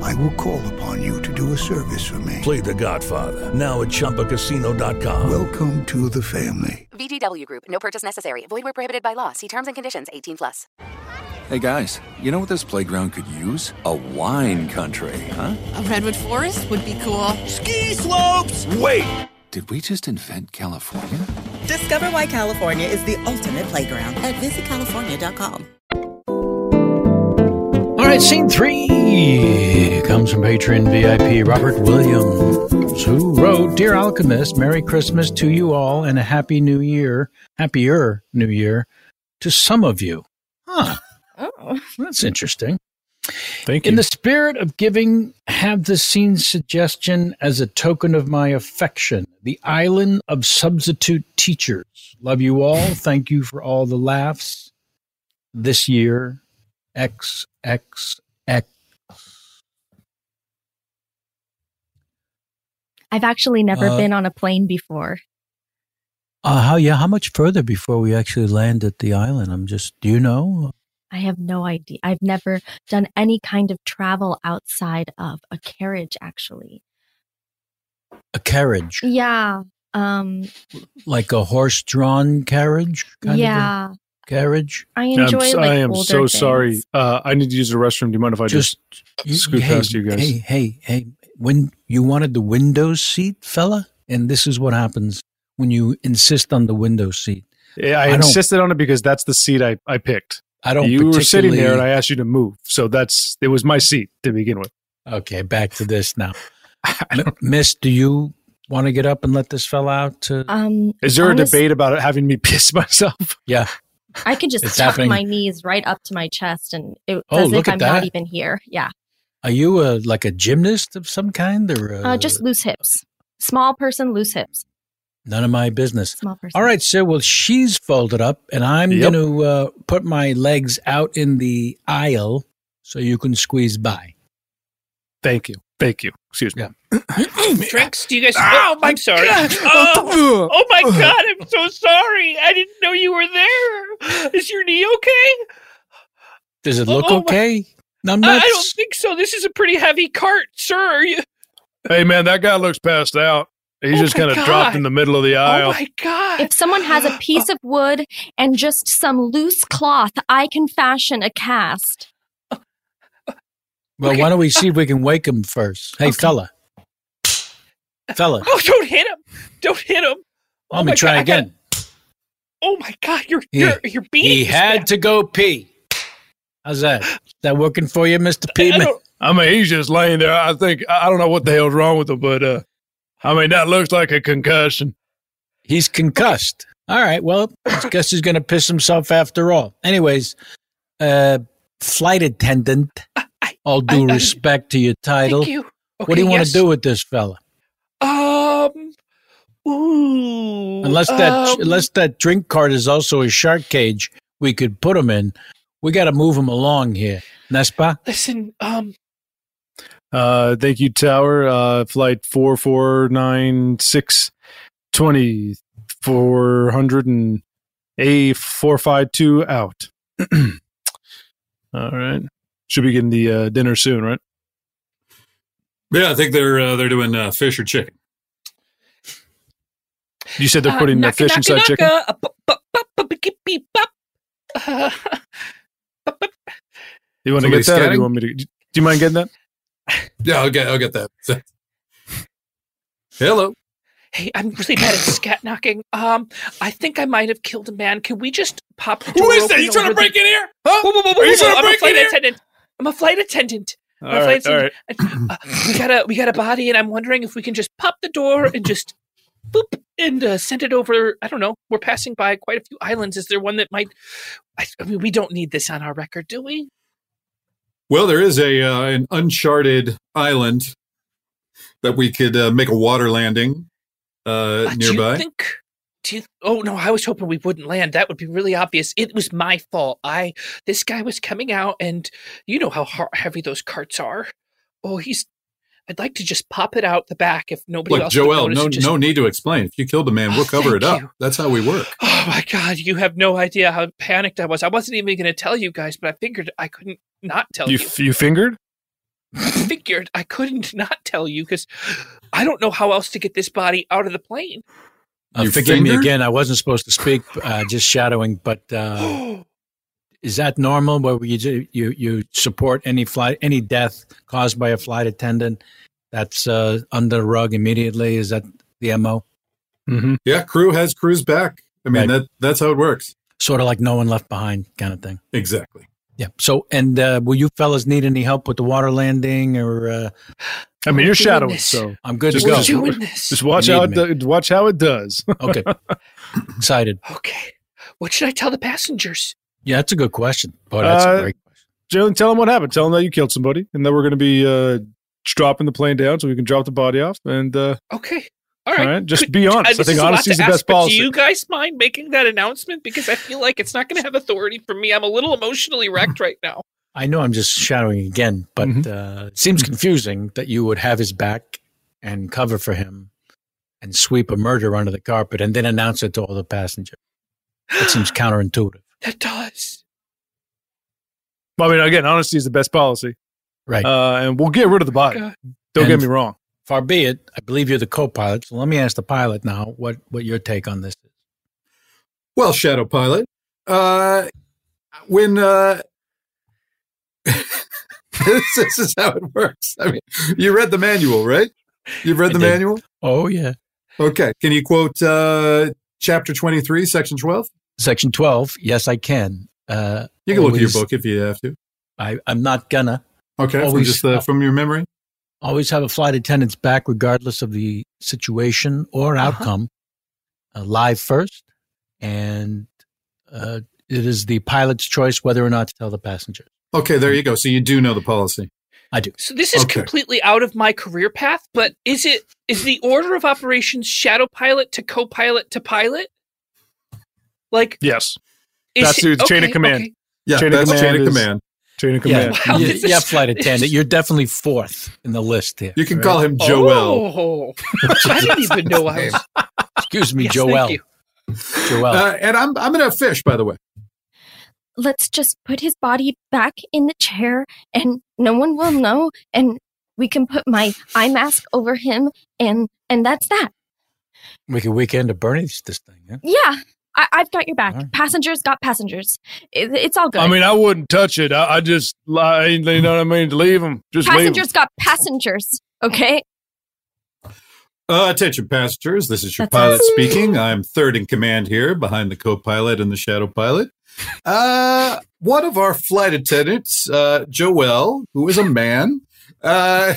Speaker 1: I will call upon you to do a service for me.
Speaker 16: Play the Godfather. Now at Chumpacasino.com.
Speaker 1: Welcome to the family.
Speaker 2: VGW Group. No purchase necessary. Void where prohibited by law. See terms and conditions 18 plus.
Speaker 12: Hey guys, you know what this playground could use? A wine country, huh?
Speaker 17: A redwood forest would be cool.
Speaker 18: Ski slopes!
Speaker 12: Wait! Did we just invent California?
Speaker 14: Discover why California is the ultimate playground at visitcalifornia.com.
Speaker 3: All right, scene three comes from patron VIP Robert Williams, who wrote Dear Alchemist, Merry Christmas to you all and a Happy New Year, Happier New Year to some of you. Huh. Oh. That's interesting.
Speaker 8: Thank you.
Speaker 3: In the spirit of giving, have this scene suggestion as a token of my affection. The island of substitute teachers. Love you all. Thank you for all the laughs this year. X X X.
Speaker 7: I've actually never
Speaker 3: Uh,
Speaker 7: been on a plane before.
Speaker 19: Uh, how yeah? How much further before we actually land at the island? I'm just. Do you know?
Speaker 7: I have no idea. I've never done any kind of travel outside of a carriage, actually.
Speaker 19: A carriage,
Speaker 7: Yeah. Um,
Speaker 19: like a horse-drawn carriage, kind
Speaker 7: yeah.
Speaker 19: of a carriage.
Speaker 7: I enjoy,
Speaker 8: I'm, s-
Speaker 7: like,
Speaker 8: I am
Speaker 7: older
Speaker 8: so sorry.
Speaker 7: things.
Speaker 8: Uh, I need to use the restroom. Do you mind if I just, scoot
Speaker 19: hey,
Speaker 8: past you guys?
Speaker 19: Hey, hey, hey! When you wanted the window seat, fella, and this is what happens when you insist on the window seat.
Speaker 8: Yeah, I,
Speaker 19: I don't-
Speaker 8: insisted on it because that's the seat I, I picked.
Speaker 19: I don't
Speaker 8: You were sitting there, and
Speaker 19: particularly-
Speaker 8: I asked you to move. So that's it was my seat to begin with.
Speaker 19: Okay, back to this
Speaker 8: *laughs*
Speaker 19: now. M- Miss, do you want to get up and let this fella out? To
Speaker 7: Um,
Speaker 8: Is there
Speaker 7: honest-
Speaker 8: a debate about it having me *laughs* piss myself?
Speaker 19: Yeah.
Speaker 7: I could just
Speaker 19: It's
Speaker 7: tuck
Speaker 19: happening.
Speaker 7: my knees right up to my chest and it
Speaker 19: Oh,
Speaker 7: does as
Speaker 19: look
Speaker 7: if
Speaker 19: at
Speaker 7: I'm
Speaker 19: that.
Speaker 7: not even here. Yeah.
Speaker 19: Are you a like a gymnast of some kind, or a,
Speaker 7: Uh, just loose hips. Small person, loose hips.
Speaker 3: None of my business.
Speaker 7: Small person.
Speaker 3: All right, sir. Well, she's folded up, and I'm
Speaker 7: Yep.
Speaker 3: going to uh, put my legs out in the aisle so you can squeeze by.
Speaker 8: Thank you. Thank you. Excuse me.
Speaker 9: *laughs* Drinks? Do you guys?
Speaker 15: Ah,
Speaker 10: Ow,
Speaker 9: oh, I'm sorry.
Speaker 10: God.
Speaker 9: *laughs* Oh, oh
Speaker 15: *sighs*
Speaker 9: my god! I'm so sorry. I didn't know you were there. Is your knee okay?
Speaker 3: Does it look
Speaker 9: Oh, my- *laughs*
Speaker 3: okay? I'm
Speaker 9: I,
Speaker 3: not.
Speaker 9: I don't think so. This is a pretty heavy cart, sir. Are you? *laughs*
Speaker 8: Hey, man, that guy looks passed out. He's
Speaker 9: Oh
Speaker 8: just
Speaker 9: my
Speaker 8: kind of
Speaker 9: God. Oh
Speaker 8: dropped in the middle of the
Speaker 19: Oh
Speaker 8: aisle.
Speaker 9: God.
Speaker 7: If someone has a piece of wood and just some loose cloth, I can fashion a cast.
Speaker 3: well, why don't we see if we can wake him first? Hey,
Speaker 9: *laughs*
Speaker 3: fella. Fella,
Speaker 9: Oh, don't hit him! Don't hit him!
Speaker 3: let me
Speaker 9: my
Speaker 3: try
Speaker 9: God, I gotta-
Speaker 3: again.
Speaker 9: Oh my god! You're
Speaker 3: He-
Speaker 9: you're you're beating.
Speaker 3: He
Speaker 9: this
Speaker 3: had to go pee. How's that? Is that working for you, Mister P?
Speaker 8: I mean, he's just laying there. I think I I don't know what the hell's wrong with him, but uh, I mean, that looks like a concussion.
Speaker 3: He's concussed. All right. Well,
Speaker 9: *laughs*
Speaker 3: I guess he's going to piss himself after all. Anyways, uh, flight attendant. All due respect to your title.
Speaker 9: you.
Speaker 3: what do
Speaker 9: Okay,
Speaker 3: you want
Speaker 9: yes.
Speaker 3: to do with this fella?
Speaker 9: Um. Ooh.
Speaker 3: Unless that
Speaker 9: um,
Speaker 3: unless that drink cart is also a shark cage, we could put him in. We got to move him along here, Nespa.
Speaker 9: Listen. Um.
Speaker 8: Uh, thank you, Tower. Uh, flight four four nine six twenty four hundred and a four five two out. *clears throat* All right, should be getting the uh, dinner soon, right?
Speaker 6: Yeah, I think they're uh, they're doing uh, fish or chicken.
Speaker 8: You said they're
Speaker 9: uh,
Speaker 8: putting the
Speaker 9: knocka,
Speaker 8: fish
Speaker 9: knocka,
Speaker 8: inside
Speaker 9: knocka,
Speaker 8: chicken.
Speaker 9: uh, bu- bu- bu- bu- bu- gip- beep, bop. Uh,
Speaker 8: You want to
Speaker 6: Somebody
Speaker 8: get that? Or do
Speaker 6: scatting?
Speaker 8: you want me to? Do you mind getting that?
Speaker 6: Yeah, I'll get I'll get that. *laughs* Hello.
Speaker 9: Hey, I'm really bad at scat knocking. Um, I think I might have killed a man. Can we just pop? The
Speaker 6: Who
Speaker 9: door
Speaker 6: is that?
Speaker 9: open
Speaker 6: You trying to
Speaker 9: over
Speaker 6: break
Speaker 9: the...
Speaker 6: in here?
Speaker 9: Huh? Whoa, whoa, whoa, whoa,
Speaker 6: Are you
Speaker 9: whoa,
Speaker 6: trying to
Speaker 9: I'm
Speaker 6: break
Speaker 9: a flight
Speaker 6: in here?
Speaker 9: attendant. I'm a flight attendant. I'm
Speaker 6: All
Speaker 9: a flight
Speaker 6: right, all
Speaker 9: attendant. And, uh, we got a we got a body, and I'm wondering if we can just pop the door and just boop and uh, send it over. I don't know. We're passing by quite a few islands. Is there one that might? I, I mean, we don't need this on our record, do we?
Speaker 6: Well, there is a uh, an uncharted island that we could uh, make a water landing uh,
Speaker 9: Uh, Do
Speaker 6: nearby.
Speaker 9: you think? Do you, oh no! I was hoping we wouldn't land. That would be really obvious. It was my fault. I this guy was coming out, and you know how har heavy those carts are. Oh, he's. I'd like to just pop it out the back if nobody
Speaker 6: Look,
Speaker 9: else. would
Speaker 6: Joel,
Speaker 9: notice
Speaker 6: no
Speaker 9: and just,
Speaker 6: no need to explain. If you killed a man, we'll cover it up. That's how we work.
Speaker 9: Oh my god! You have no idea how panicked I was. I wasn't even going to tell you guys, but I figured I couldn't not tell
Speaker 8: You
Speaker 9: you.
Speaker 8: f- you fingered?
Speaker 9: I figured I couldn't not tell you because I don't know how else to get this body out of the plane.
Speaker 3: Uh,
Speaker 6: You
Speaker 3: forgive me
Speaker 6: fingered?
Speaker 3: again. I wasn't supposed to speak. Uh, just shadowing, but.
Speaker 9: *gasps*
Speaker 3: Uh, *sniffs*
Speaker 6: Oh.
Speaker 3: Is that normal? Where you ju- you you support any flight any death caused by a flight attendant? That's uh, under the rug immediately. Is that the mo?
Speaker 6: Mm-hmm. Yeah, crew has crews back. I mean that that's how it works.
Speaker 3: Sort of like no one left behind kind of thing.
Speaker 6: Exactly.
Speaker 3: Yeah. So, and uh, will you fellas need any help with the water landing or? Uh,
Speaker 8: I mean, you're We're doing shadowing, this. so
Speaker 3: I'm good
Speaker 8: just
Speaker 3: to go.
Speaker 8: We're doing
Speaker 9: this.
Speaker 8: Just watch
Speaker 3: You
Speaker 8: how
Speaker 3: need
Speaker 8: it
Speaker 3: me.
Speaker 8: do- watch how it does. *laughs*
Speaker 3: Okay. Excited.
Speaker 9: Okay. What should I tell the passengers?
Speaker 3: Yeah, that's a good question. Boy, that's
Speaker 8: Uh,
Speaker 3: a great.
Speaker 8: Jalen, tell them what happened. Tell them that you killed somebody, and that we're going to be uh, dropping the plane down so we can drop the body off. And uh,
Speaker 9: Okay. All right.
Speaker 8: just
Speaker 9: Could-
Speaker 8: be honest. I
Speaker 9: this
Speaker 8: think
Speaker 9: is a lot
Speaker 8: honesty
Speaker 9: to
Speaker 8: is the
Speaker 9: ask,
Speaker 8: best
Speaker 9: but
Speaker 8: policy.
Speaker 9: Do you guys mind making that announcement? Because I feel like it's not going to have authority from me. I'm a little emotionally wrecked right now.
Speaker 3: I know I'm just shadowing again, but
Speaker 8: Mm-hmm.
Speaker 3: uh, it seems confusing that you would have his back and cover for him and sweep a murder under the carpet and then announce it to all the passengers. That
Speaker 8: *gasps*
Speaker 3: seems counterintuitive.
Speaker 9: That does.
Speaker 8: I mean, again, honesty is the best policy.
Speaker 3: Right.
Speaker 8: Uh, and we'll get rid of the body. Don't get
Speaker 3: And
Speaker 8: me wrong.
Speaker 3: Far be it, I believe you're the co-pilot. So let me ask the pilot now what, what your take on this is.
Speaker 6: Well, Shadow Pilot,
Speaker 9: Oh.
Speaker 6: uh, when uh, *laughs* this, this is how it works. I mean, you read the manual, right? You've read the
Speaker 3: did.
Speaker 6: manual.
Speaker 3: Oh yeah.
Speaker 6: Okay. Can you quote uh, chapter twenty-three, section twelve?
Speaker 3: Section 12, yes, I can. Uh,
Speaker 6: You can look at your
Speaker 3: always-
Speaker 6: book if you have to.
Speaker 3: I, I'm not gonna.
Speaker 6: Okay, from just the, from your memory.
Speaker 3: Always have a flight attendant's back, regardless of the situation or
Speaker 4: Uh-huh.
Speaker 3: outcome. Uh, live first, and uh, it is the pilot's choice whether or not to tell the passenger.
Speaker 6: Okay, there you go. So you do know the policy.
Speaker 3: I do.
Speaker 9: So this is
Speaker 6: Okay.
Speaker 9: completely out of my career path, but is it
Speaker 4: is the order of operations shadow pilot to co-pilot to pilot? Like
Speaker 8: yes,
Speaker 4: Is
Speaker 8: that's
Speaker 4: it-
Speaker 8: the chain
Speaker 4: okay,
Speaker 8: of command.
Speaker 4: okay.
Speaker 6: Yeah, that's chain of
Speaker 8: is-
Speaker 6: command.
Speaker 8: Chain of
Speaker 19: Yeah,
Speaker 8: command.
Speaker 3: *laughs*
Speaker 4: Wow,
Speaker 19: you,
Speaker 4: this is- *laughs*
Speaker 19: yeah, flight attendant. You're definitely fourth in the list here.
Speaker 6: You can call him Joel.
Speaker 19: *laughs*
Speaker 4: Oh, *laughs* I didn't even know I was.
Speaker 19: Excuse me,
Speaker 4: Yes, thank
Speaker 19: Joel.
Speaker 4: you.
Speaker 19: Joel.
Speaker 6: Uh, and I'm I'm gonna fish, by the way.
Speaker 7: Let's just put his body back in the chair and no one will know and we can put my eye mask over him and and that's that.
Speaker 19: We could weekend at Bernie's this thing. Yeah?
Speaker 7: Yeah. I, I've got your back. Passengers got passengers. It, it's all good.
Speaker 8: I mean, I wouldn't touch it. I, I just, I, you know what I mean? Leave them. Just leave 'em.
Speaker 7: passengers got passengers. Okay.
Speaker 6: Uh, attention, passengers. This is your
Speaker 7: That's
Speaker 6: pilot
Speaker 7: us.
Speaker 6: speaking. I'm third in command here, behind the co-pilot and the shadow pilot. Uh, one of our flight attendants, uh, Joel, who is a man, uh,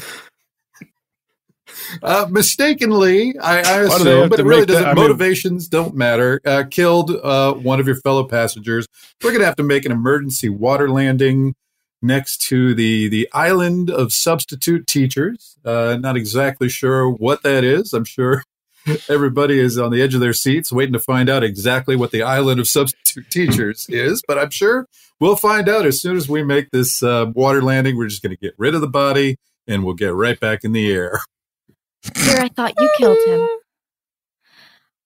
Speaker 6: uh, mistakenly, I, I
Speaker 8: Why do they
Speaker 6: assume,
Speaker 8: have
Speaker 6: but
Speaker 8: to
Speaker 6: it really
Speaker 8: make that-
Speaker 6: doesn't.
Speaker 8: I mean-
Speaker 6: motivations don't matter. Uh, killed uh, one of your fellow passengers. We're going to have to make an emergency water landing next to the the island of substitute teachers. Uh, not exactly sure what that is. I'm sure *laughs* everybody is on the edge of their seats waiting to find out exactly what the island of substitute teachers is. But I'm sure we'll find out as soon as we make this uh, water landing. We're just going to get rid of the body and we'll get right back in the air.
Speaker 7: Here, I thought you killed him.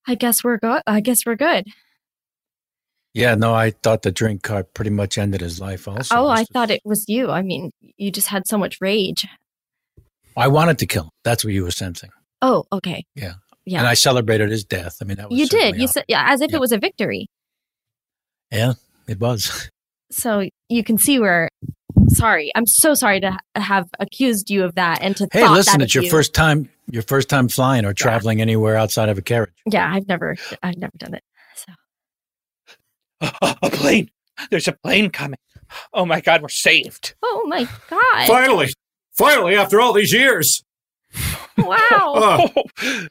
Speaker 7: I guess we're go- I guess we're good.
Speaker 19: Yeah, no, I thought the drink cart pretty much ended his life also.
Speaker 7: oh, I thought it was you. I mean, you just had so much rage.
Speaker 19: I wanted to kill him. That's what you were sensing.
Speaker 7: Oh, okay.
Speaker 19: Yeah.
Speaker 7: Yeah.
Speaker 19: And I celebrated his death. I mean, that was.
Speaker 7: you did.
Speaker 19: certainly
Speaker 7: You
Speaker 19: out-
Speaker 7: said yeah, as if it was a victory.
Speaker 19: Yeah, it
Speaker 7: *laughs*
Speaker 19: was.
Speaker 7: So you can see where. Sorry, I'm so sorry to ha- have accused you of that and to.
Speaker 19: Hey,
Speaker 7: thought
Speaker 19: listen,
Speaker 7: that
Speaker 19: it's
Speaker 7: of
Speaker 19: your
Speaker 7: you.
Speaker 19: first time, your first time flying or traveling anywhere outside of a carriage.
Speaker 7: Yeah, I've never, I've never done it. So
Speaker 9: a plane. There's a plane coming. Oh my God, we're saved.
Speaker 7: Oh my god!
Speaker 6: Finally, finally, after all these years.
Speaker 7: Wow.
Speaker 6: Oh.
Speaker 9: I
Speaker 6: Well, *laughs*
Speaker 9: can't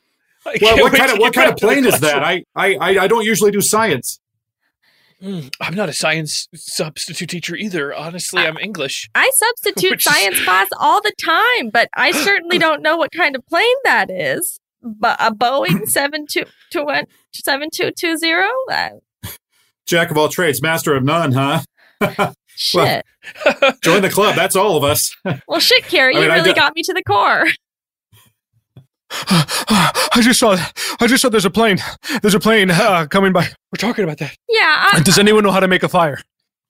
Speaker 6: what
Speaker 9: wait
Speaker 6: kind
Speaker 9: to
Speaker 6: of what kind
Speaker 9: get back
Speaker 6: of
Speaker 9: to the
Speaker 6: plane is that? I,
Speaker 9: classroom.
Speaker 6: I I I don't usually do science.
Speaker 9: Mm, I'm not a science substitute teacher either. Honestly,
Speaker 8: Ah.
Speaker 9: I'm English.
Speaker 7: I substitute science class all the time, but I certainly don't know what kind of plane that is. But a Boeing seven two two one seven two two zero. Uh,
Speaker 6: Jack of all trades, master of none, huh? *laughs*
Speaker 7: Shit.
Speaker 6: Join the club. That's all of us.
Speaker 7: Well, shit, Carrie,
Speaker 6: I
Speaker 7: you
Speaker 6: mean, I
Speaker 7: really
Speaker 6: do-
Speaker 7: got me to the core.
Speaker 8: *sighs*
Speaker 7: *laughs*
Speaker 8: I just saw, I just saw there's a plane. There's a plane uh, coming by.
Speaker 9: We're talking about that.
Speaker 7: Yeah. I,
Speaker 8: Does anyone know how to make a fire?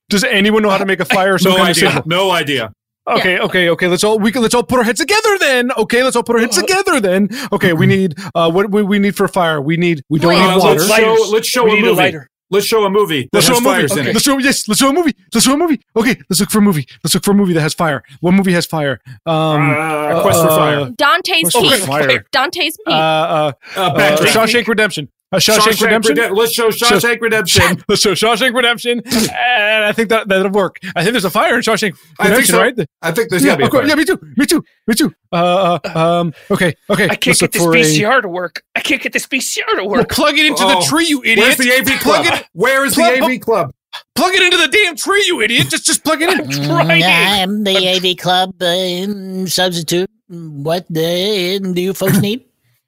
Speaker 8: Does anyone know how to make a fire? or some
Speaker 6: no
Speaker 8: kind of
Speaker 6: idea.
Speaker 8: signal?
Speaker 6: No idea.
Speaker 8: Okay, okay, okay. Let's all we can let's all put our heads together then. Okay, let's all put our heads
Speaker 6: Uh-huh.
Speaker 8: together then. Okay, we
Speaker 6: Mm-hmm.
Speaker 8: need uh what we, we need for fire. We need we don't
Speaker 6: Uh,
Speaker 8: need water.
Speaker 6: let's show, let's show a movie. let's show a movie.
Speaker 8: Let's show
Speaker 6: that
Speaker 8: a
Speaker 6: has
Speaker 8: movie.
Speaker 6: fires in it.
Speaker 8: Let's show yes. Let's show a movie. Let's show a movie. Okay, let's look for a movie. Let's look for a movie that has fire. What movie has fire? Um,
Speaker 6: Uh, Quest for
Speaker 8: *laughs*
Speaker 6: Fire.
Speaker 7: Dante's
Speaker 8: Oh,
Speaker 7: Peak.
Speaker 8: fire.
Speaker 7: *laughs* Dante's
Speaker 9: Hmm.
Speaker 7: Peak.
Speaker 8: Uh, uh,
Speaker 6: Uh,
Speaker 8: uh,
Speaker 6: Patrick.
Speaker 8: Shawshank Redemption. Uh, Shawshank,
Speaker 6: Shawshank
Speaker 8: Redemption.
Speaker 6: Redem- let's show
Speaker 8: Shaw-
Speaker 6: Shawshank Redemption.
Speaker 8: *laughs* Let's show Shawshank Redemption, and I think that that'll work. I think there's a fire in Shawshank Redemption,
Speaker 6: I think so.
Speaker 8: right?
Speaker 6: I think there's
Speaker 8: yeah,
Speaker 6: gotta be a
Speaker 8: of course.
Speaker 6: fire.
Speaker 8: Yeah, me too. Me too. Me too. Uh, uh, um, okay. Okay.
Speaker 9: I can't get this VCR to work. I can't get this VCR to work.
Speaker 8: Well, plug it into
Speaker 9: Oh.
Speaker 8: the tree, you idiot.
Speaker 9: Where's the AV
Speaker 8: plug
Speaker 9: club?
Speaker 8: It,
Speaker 6: Where is the AV club?
Speaker 8: Plug it into the damn tree, you idiot. Just just plug it
Speaker 9: *laughs*
Speaker 6: *laughs*
Speaker 8: in.
Speaker 10: Mm, I'm the AV Club um, substitute. What uh, do you
Speaker 6: *laughs*
Speaker 10: folks need?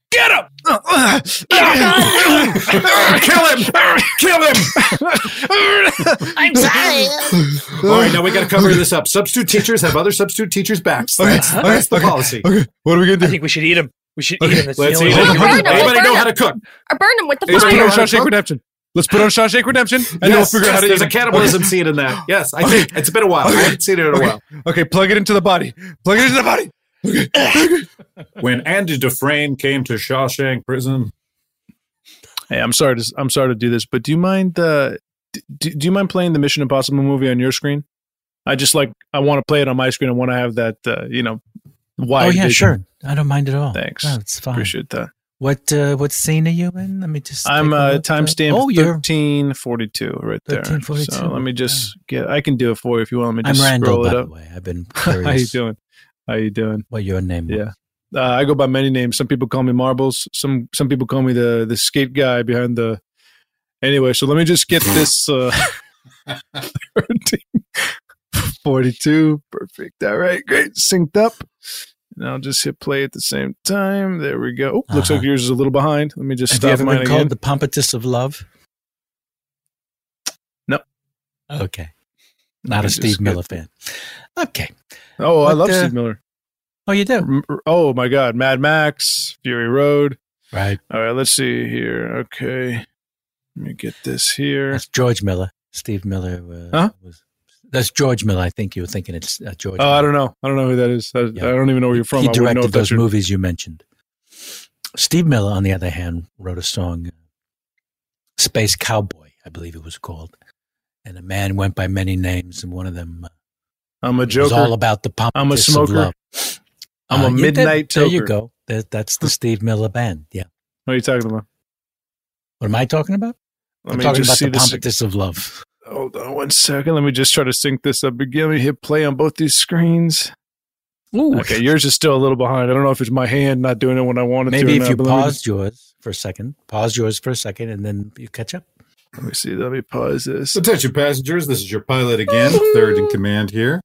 Speaker 8: Get him!
Speaker 6: *laughs* Kill him! Kill
Speaker 8: him!
Speaker 10: I'm
Speaker 8: *laughs*
Speaker 10: sorry.
Speaker 6: *laughs* All right, now we got to cover this up. Substitute teachers have other substitute teachers' backs. That's,
Speaker 8: Okay,
Speaker 6: that's the
Speaker 8: okay,
Speaker 6: policy.
Speaker 8: Okay. What are we gonna do? I think
Speaker 9: we should eat him. We should
Speaker 8: Okay,
Speaker 9: eat him. That's
Speaker 8: let's
Speaker 9: the only
Speaker 8: eat *laughs*
Speaker 9: way.
Speaker 8: him.
Speaker 7: Burn 'em,
Speaker 8: Anybody
Speaker 7: we'll burn
Speaker 8: know how
Speaker 7: 'em.
Speaker 8: to cook?
Speaker 7: Or burn him with the
Speaker 8: Let's put on
Speaker 7: fire.
Speaker 8: Shawshank Redemption. Let's put on Shawshank Redemption, and then we'll
Speaker 6: yes,
Speaker 8: figure out
Speaker 6: yes,
Speaker 8: how to.
Speaker 6: there's
Speaker 8: eat
Speaker 6: a
Speaker 8: it.
Speaker 6: cannibalism
Speaker 8: Okay.
Speaker 6: scene in that. Yes, I think it's been a while. I haven't seen it in a while.
Speaker 8: Okay, plug it into the body. Plug it into the body.
Speaker 6: When Andy Dufresne came to Shawshank Prison,
Speaker 8: Hey, I'm sorry. To, I'm sorry to do this, but do you mind the? Do, do you mind playing the Mission Impossible movie on your screen? I just like I want to play it on my screen. I want to have that. Uh, you know, wide.
Speaker 19: oh yeah,
Speaker 8: vision.
Speaker 19: sure. I don't mind at all. Thanks. No, it's fine.
Speaker 8: Appreciate that.
Speaker 19: What uh, what scene are you in? Let me just.
Speaker 8: I'm
Speaker 19: take a
Speaker 8: uh,
Speaker 19: look.
Speaker 8: timestamp
Speaker 19: Oh, you're.
Speaker 8: 1342 right there.
Speaker 19: 13:42,
Speaker 8: So let me just get. I can do it for you if you want. Let me
Speaker 19: I'm
Speaker 8: just
Speaker 19: Randall,
Speaker 8: scroll
Speaker 19: by
Speaker 8: it
Speaker 19: the
Speaker 8: up.
Speaker 19: way. I've been
Speaker 8: *laughs* How you
Speaker 19: curious.
Speaker 8: doing? How you doing?
Speaker 19: What your name?
Speaker 8: Yeah. Uh, I go by many names. Some people call me Marbles. Some some people call me the the skate guy behind the. Anyway, so let me just get this. Uh, *laughs* 13, 42. Perfect. All right. Great. Synced up. And I'll just hit play at the same time. There we go. Oh, looks like yours is a little behind. Let me just
Speaker 3: Have
Speaker 8: stop
Speaker 3: Uh-huh. you ever
Speaker 8: mine
Speaker 3: been
Speaker 8: again.
Speaker 3: called the pompatus of love?
Speaker 8: No.
Speaker 3: Okay. Not
Speaker 8: me
Speaker 3: a
Speaker 8: just
Speaker 3: Steve
Speaker 8: get-
Speaker 3: Miller fan. Okay.
Speaker 8: Oh, I
Speaker 3: But,
Speaker 8: love
Speaker 3: uh,
Speaker 8: Steve Miller.
Speaker 3: Oh, you do?
Speaker 8: Oh my God, Mad Max, Fury Road.
Speaker 3: Right.
Speaker 8: All right, let's see here. Okay, let me get this here.
Speaker 3: That's George Miller. Steve Miller uh,
Speaker 8: Huh?
Speaker 3: was. That's George Miller. I think you were thinking it's uh, George.
Speaker 8: Oh, I don't know. I don't know who that is. I, I don't even know where you're from.
Speaker 3: he
Speaker 8: I wouldn't know
Speaker 3: directed
Speaker 8: if that's
Speaker 3: those
Speaker 8: your-
Speaker 3: movies you mentioned. Steve Miller, on the other hand, wrote a song, uh, Space Cowboy, I believe it was called. And a man went by many names, and one of them uh,
Speaker 8: I'm a
Speaker 3: it was
Speaker 8: joker.
Speaker 3: all about the pomp.
Speaker 8: I'm a smoker. I'm a midnight
Speaker 3: There, Uh, you
Speaker 8: toker.
Speaker 3: go. That, that's the Steve Miller band. Yeah.
Speaker 8: What are you talking about?
Speaker 3: What am I talking about?
Speaker 8: Let
Speaker 3: I'm
Speaker 8: me
Speaker 3: talking
Speaker 8: just
Speaker 3: about
Speaker 8: see
Speaker 3: the pompatus
Speaker 8: this-
Speaker 3: of love.
Speaker 8: Hold on one second. Let me just try to sync this up. Again, let me hit play on both these screens.
Speaker 3: Ooh.
Speaker 8: Okay, yours is still a little behind. I don't know if it's my hand not doing it when I wanted to. or
Speaker 3: Maybe if
Speaker 8: not,
Speaker 3: you
Speaker 8: but let me just-
Speaker 3: paused yours for a second, pause yours for a second, and then you catch up.
Speaker 8: Let me see. Let me pause this.
Speaker 6: Attention, passengers. This is your pilot again, third in command here.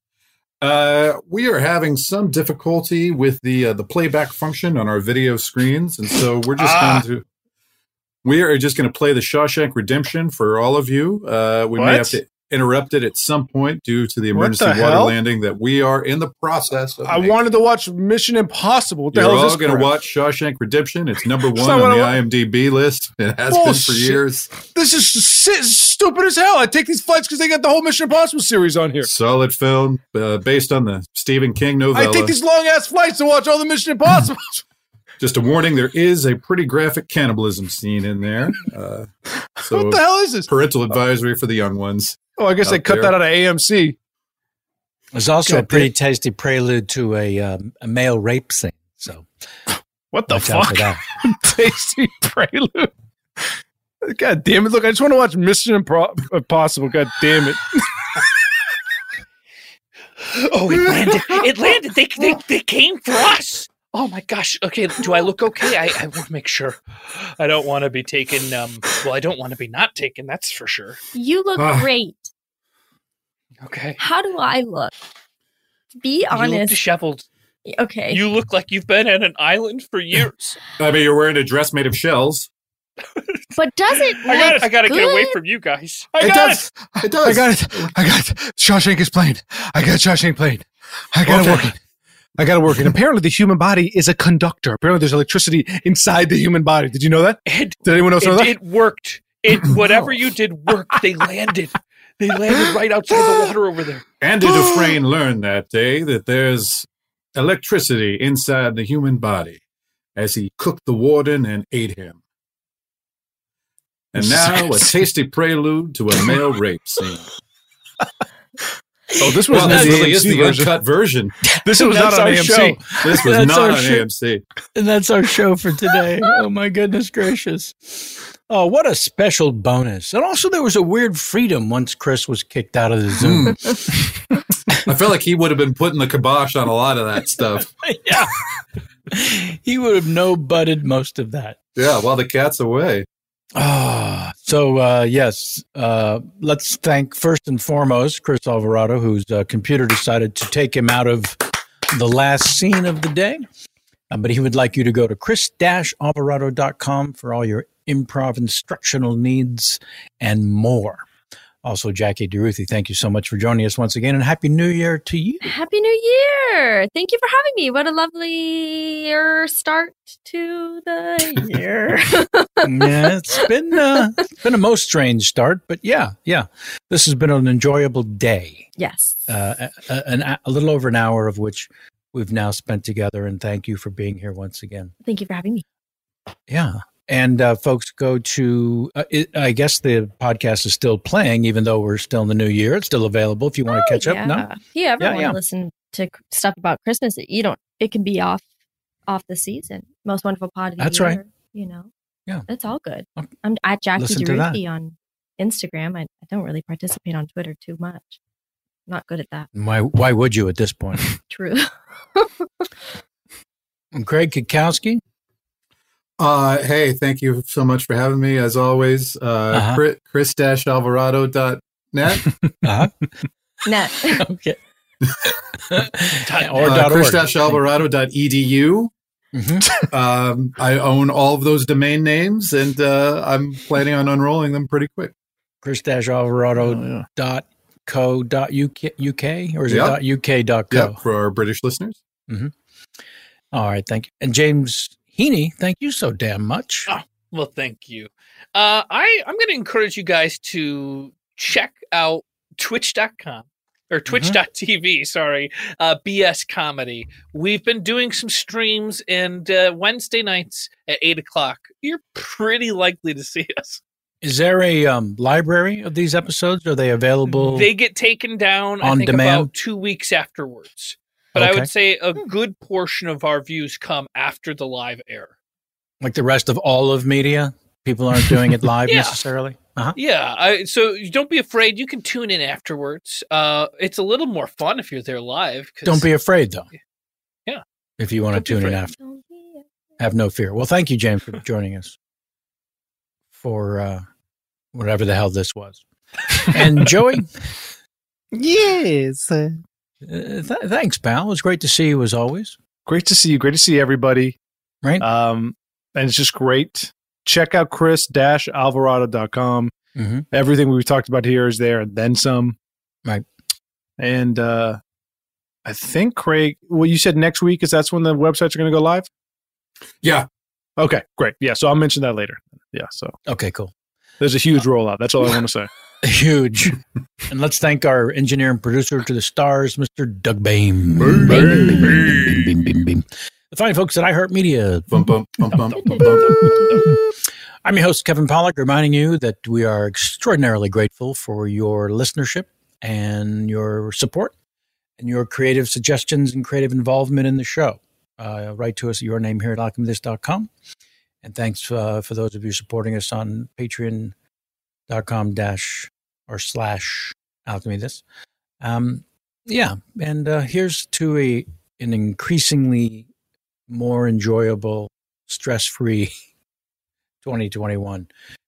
Speaker 6: Uh, we are having some difficulty with the uh, the playback function on our video screens, and so we're just
Speaker 11: Ah.
Speaker 6: going to we are just going to play the Shawshank Redemption for all of you. Uh, we may
Speaker 11: What?
Speaker 6: have to interrupt it at some point due to the
Speaker 8: What
Speaker 6: emergency
Speaker 8: the
Speaker 6: water
Speaker 8: hell?
Speaker 6: landing that we are in the process of.
Speaker 8: I
Speaker 6: making.
Speaker 8: wanted to watch Mission Impossible. What the
Speaker 6: You're
Speaker 8: hell is
Speaker 6: all
Speaker 8: this?
Speaker 6: going to
Speaker 8: crap?
Speaker 6: watch Shawshank Redemption.
Speaker 8: *laughs*
Speaker 6: It's number
Speaker 8: It's
Speaker 6: one
Speaker 8: not
Speaker 6: on
Speaker 8: what I
Speaker 6: the
Speaker 8: wa-
Speaker 6: IMDb list. It has been
Speaker 8: Bullshit.
Speaker 6: for years.
Speaker 8: This is si- stupid as hell. I take these flights because they got the whole Mission Impossible series on here.
Speaker 6: Solid film uh, based on the Stephen King novella.
Speaker 8: I take these long ass flights to watch all the Mission Impossible.
Speaker 6: *laughs* Just a warning: there is a pretty graphic cannibalism scene in there.
Speaker 8: *laughs*
Speaker 6: Uh, so
Speaker 8: What the hell is this?
Speaker 6: Parental advisory for the young ones.
Speaker 8: Oh, I guess they
Speaker 6: Out
Speaker 8: cut
Speaker 6: there.
Speaker 8: that out of AMC.
Speaker 3: There's also a
Speaker 8: God
Speaker 3: pretty tasty prelude to a, um, a male rape scene. So
Speaker 8: What the
Speaker 3: watch out for
Speaker 8: fuck?
Speaker 3: that.
Speaker 8: *laughs* Tasty prelude. God damn it! Look, I just want to watch Mission Impro- Impossible. God damn it!
Speaker 9: Oh, it landed. It landed. They, they, they came for us. Oh my gosh. Okay. Do I look okay? I, I want to make sure. I don't want to be taken. Um, well, I don't want to be not taken. That's for sure.
Speaker 7: You look
Speaker 9: Ah.
Speaker 7: great.
Speaker 9: Okay.
Speaker 7: How do I look? Be
Speaker 9: You look
Speaker 7: honest.
Speaker 9: disheveled.
Speaker 7: okay.
Speaker 9: You look like you've been at an island for years.
Speaker 6: I mean, you're wearing a dress made of shells.
Speaker 7: but does it?
Speaker 9: I got.
Speaker 7: look
Speaker 9: I got to get away
Speaker 7: good?
Speaker 9: from you guys.
Speaker 8: I got
Speaker 6: it. does.
Speaker 8: I got it. I got it. Shawshank is playing. I got Shawshank playing. I got it working. I got it working. Apparently, the human body is a conductor. Apparently, there's electricity inside the human body. Did you know that? Did anyone else know
Speaker 9: It,
Speaker 8: that?
Speaker 9: it worked.
Speaker 6: *laughs*
Speaker 9: It whatever you did worked. They landed. They landed right outside the water over there.
Speaker 3: *gasps*
Speaker 6: Andy Dufresne learned that day that there's electricity inside the human body, as he cooked the warden and ate him. And now a tasty prelude to a male rape scene.
Speaker 8: oh, this
Speaker 6: Well,
Speaker 8: wasn't
Speaker 6: this
Speaker 8: an
Speaker 6: really is
Speaker 8: AMC
Speaker 6: the
Speaker 8: version.
Speaker 6: uncut version.
Speaker 8: *laughs* This was not
Speaker 3: That's
Speaker 8: on
Speaker 3: our
Speaker 8: AMC.
Speaker 3: show.
Speaker 6: This was
Speaker 3: That's
Speaker 6: not
Speaker 3: our
Speaker 6: on
Speaker 3: shit.
Speaker 6: AMC.
Speaker 3: *laughs* And that's our show for *laughs* today. Oh my goodness gracious. Oh, what a special bonus. And also there was a weird freedom once Chris was kicked out of the Zoom.
Speaker 6: I feel like he would have been putting the kibosh on a lot of
Speaker 3: *laughs*
Speaker 6: that stuff.
Speaker 3: yeah. he would have no butted most of that.
Speaker 6: Yeah, while the cat's away.
Speaker 3: Ah, so uh, yes, uh, let's thank first and foremost Chris Alvarado, whose uh, computer decided to take him out of the last scene of the day. Uh, but he would like you to go to chris-alvarado.com for all your improv instructional needs and more. Also, Jackie DeRuthi, thank you so much for joining us once again, and Happy New Year to you.
Speaker 7: Happy New Year! Thank you for having me. What a lovely year start to the
Speaker 3: *laughs*
Speaker 7: year.
Speaker 3: yeah, it's been uh, it's been a most strange start, but yeah, yeah, this has been an enjoyable day.
Speaker 7: yes.
Speaker 3: uh, a, a- an, a little over an hour of which we've now spent together. And thank you for being here once again.
Speaker 7: Thank you for having me.
Speaker 3: Yeah. And uh, folks, go to, uh, it, I guess the podcast is still playing, even though we're still in the new year. It's still available if you want to catch
Speaker 7: Oh, yeah.
Speaker 3: up. No?
Speaker 7: If you ever
Speaker 3: Yeah,
Speaker 7: want
Speaker 3: yeah.
Speaker 7: to listen to c- stuff about Christmas, you don't. It can be off off the season. Most wonderful pod of the
Speaker 3: That's
Speaker 7: year.
Speaker 3: right.
Speaker 7: You know.
Speaker 3: Yeah.
Speaker 7: It's all good. I'm at Jackie
Speaker 3: Listen to that.
Speaker 7: DeRuthi on Instagram. I, I don't really participate on Twitter too much. Not good at that.
Speaker 3: Why, why would you at this point?
Speaker 7: True. *laughs*
Speaker 3: And Craig Kukowski,
Speaker 6: Uh, hey, thank you so much for having me. As always,
Speaker 3: Uh-huh.
Speaker 6: uh,
Speaker 3: *laughs*
Speaker 6: Chris-alvarado.net.
Speaker 3: uh
Speaker 15: *laughs*
Speaker 7: Net.
Speaker 3: okay.
Speaker 6: or uh, christophalvarado.edu. E
Speaker 3: Mm-hmm. *laughs*
Speaker 6: um, I own all of those domain names, and uh, I'm planning on unrolling them pretty quick. Oh,
Speaker 3: Chris Alvarado dot co dot uk uk or is it dot uk dot co
Speaker 6: Yep, for our British listeners.
Speaker 3: hmm All right, thank you. And James Heaney, thank you so damn much.
Speaker 9: Well, thank you. Uh, I I'm going to encourage you guys to check out Twitch.com or
Speaker 3: Mm-hmm.
Speaker 9: Twitch.tv. Sorry, uh, BS Comedy. We've been doing some streams, and uh, Wednesday nights at eight o'clock, you're pretty likely to see us.
Speaker 3: Is there a um, library of these episodes? Are they available?
Speaker 9: They get taken down I
Speaker 3: Oh. On
Speaker 9: think, about
Speaker 3: demand?
Speaker 9: two weeks afterwards. But I
Speaker 3: Okay. Hmm.
Speaker 9: would say a good portion of our views come after the live air.
Speaker 3: like the rest of all of media, people aren't doing
Speaker 9: *laughs*
Speaker 3: it live
Speaker 9: Yeah.
Speaker 3: necessarily. Uh-huh.
Speaker 9: Yeah, I, so you don't be afraid. You can tune in afterwards. Uh, it's a little more fun if you're there live. 'cause-
Speaker 3: Don't be afraid though.
Speaker 9: Yeah.
Speaker 3: If you want to tune in
Speaker 9: afraid.
Speaker 3: after, have no fear. Well, thank you, James, for joining us for uh, whatever the hell this was. And Joey,
Speaker 20: Yes.
Speaker 3: Uh, th- thanks, pal. It was great to see you as always.
Speaker 8: Great to see you. Great to see everybody.
Speaker 3: Right.
Speaker 8: Um, and it's just great. Check out chris alvarado.com.
Speaker 3: Mhm.
Speaker 8: Everything we've talked about here is there and then some.
Speaker 3: Right.
Speaker 8: And uh, I think, Craig, well, you said next week is that's when the websites are going to go live?
Speaker 6: Yeah.
Speaker 8: Okay, great. Yeah. So I'll mention that later. Yeah. So,
Speaker 3: okay, cool.
Speaker 8: There's a
Speaker 3: Uh,
Speaker 8: huge rollout. That's all I want to say.
Speaker 3: Huge. and let's thank our engineer and producer to the stars, Mr. Doug Bain. The fine folks at iHeartMedia. I'm your host, Kevin Pollak, reminding you that we are extraordinarily grateful for your listenership and your support and your creative suggestions and creative involvement in the show. Uh, write to us at your name here at alchemist.com. And thanks uh, for those of you supporting us on patreon.com dash or slash alchemy this. Um, yeah. And uh, here's to a, an increasingly more enjoyable, stress *laughs* free 2021.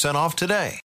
Speaker 21: off today.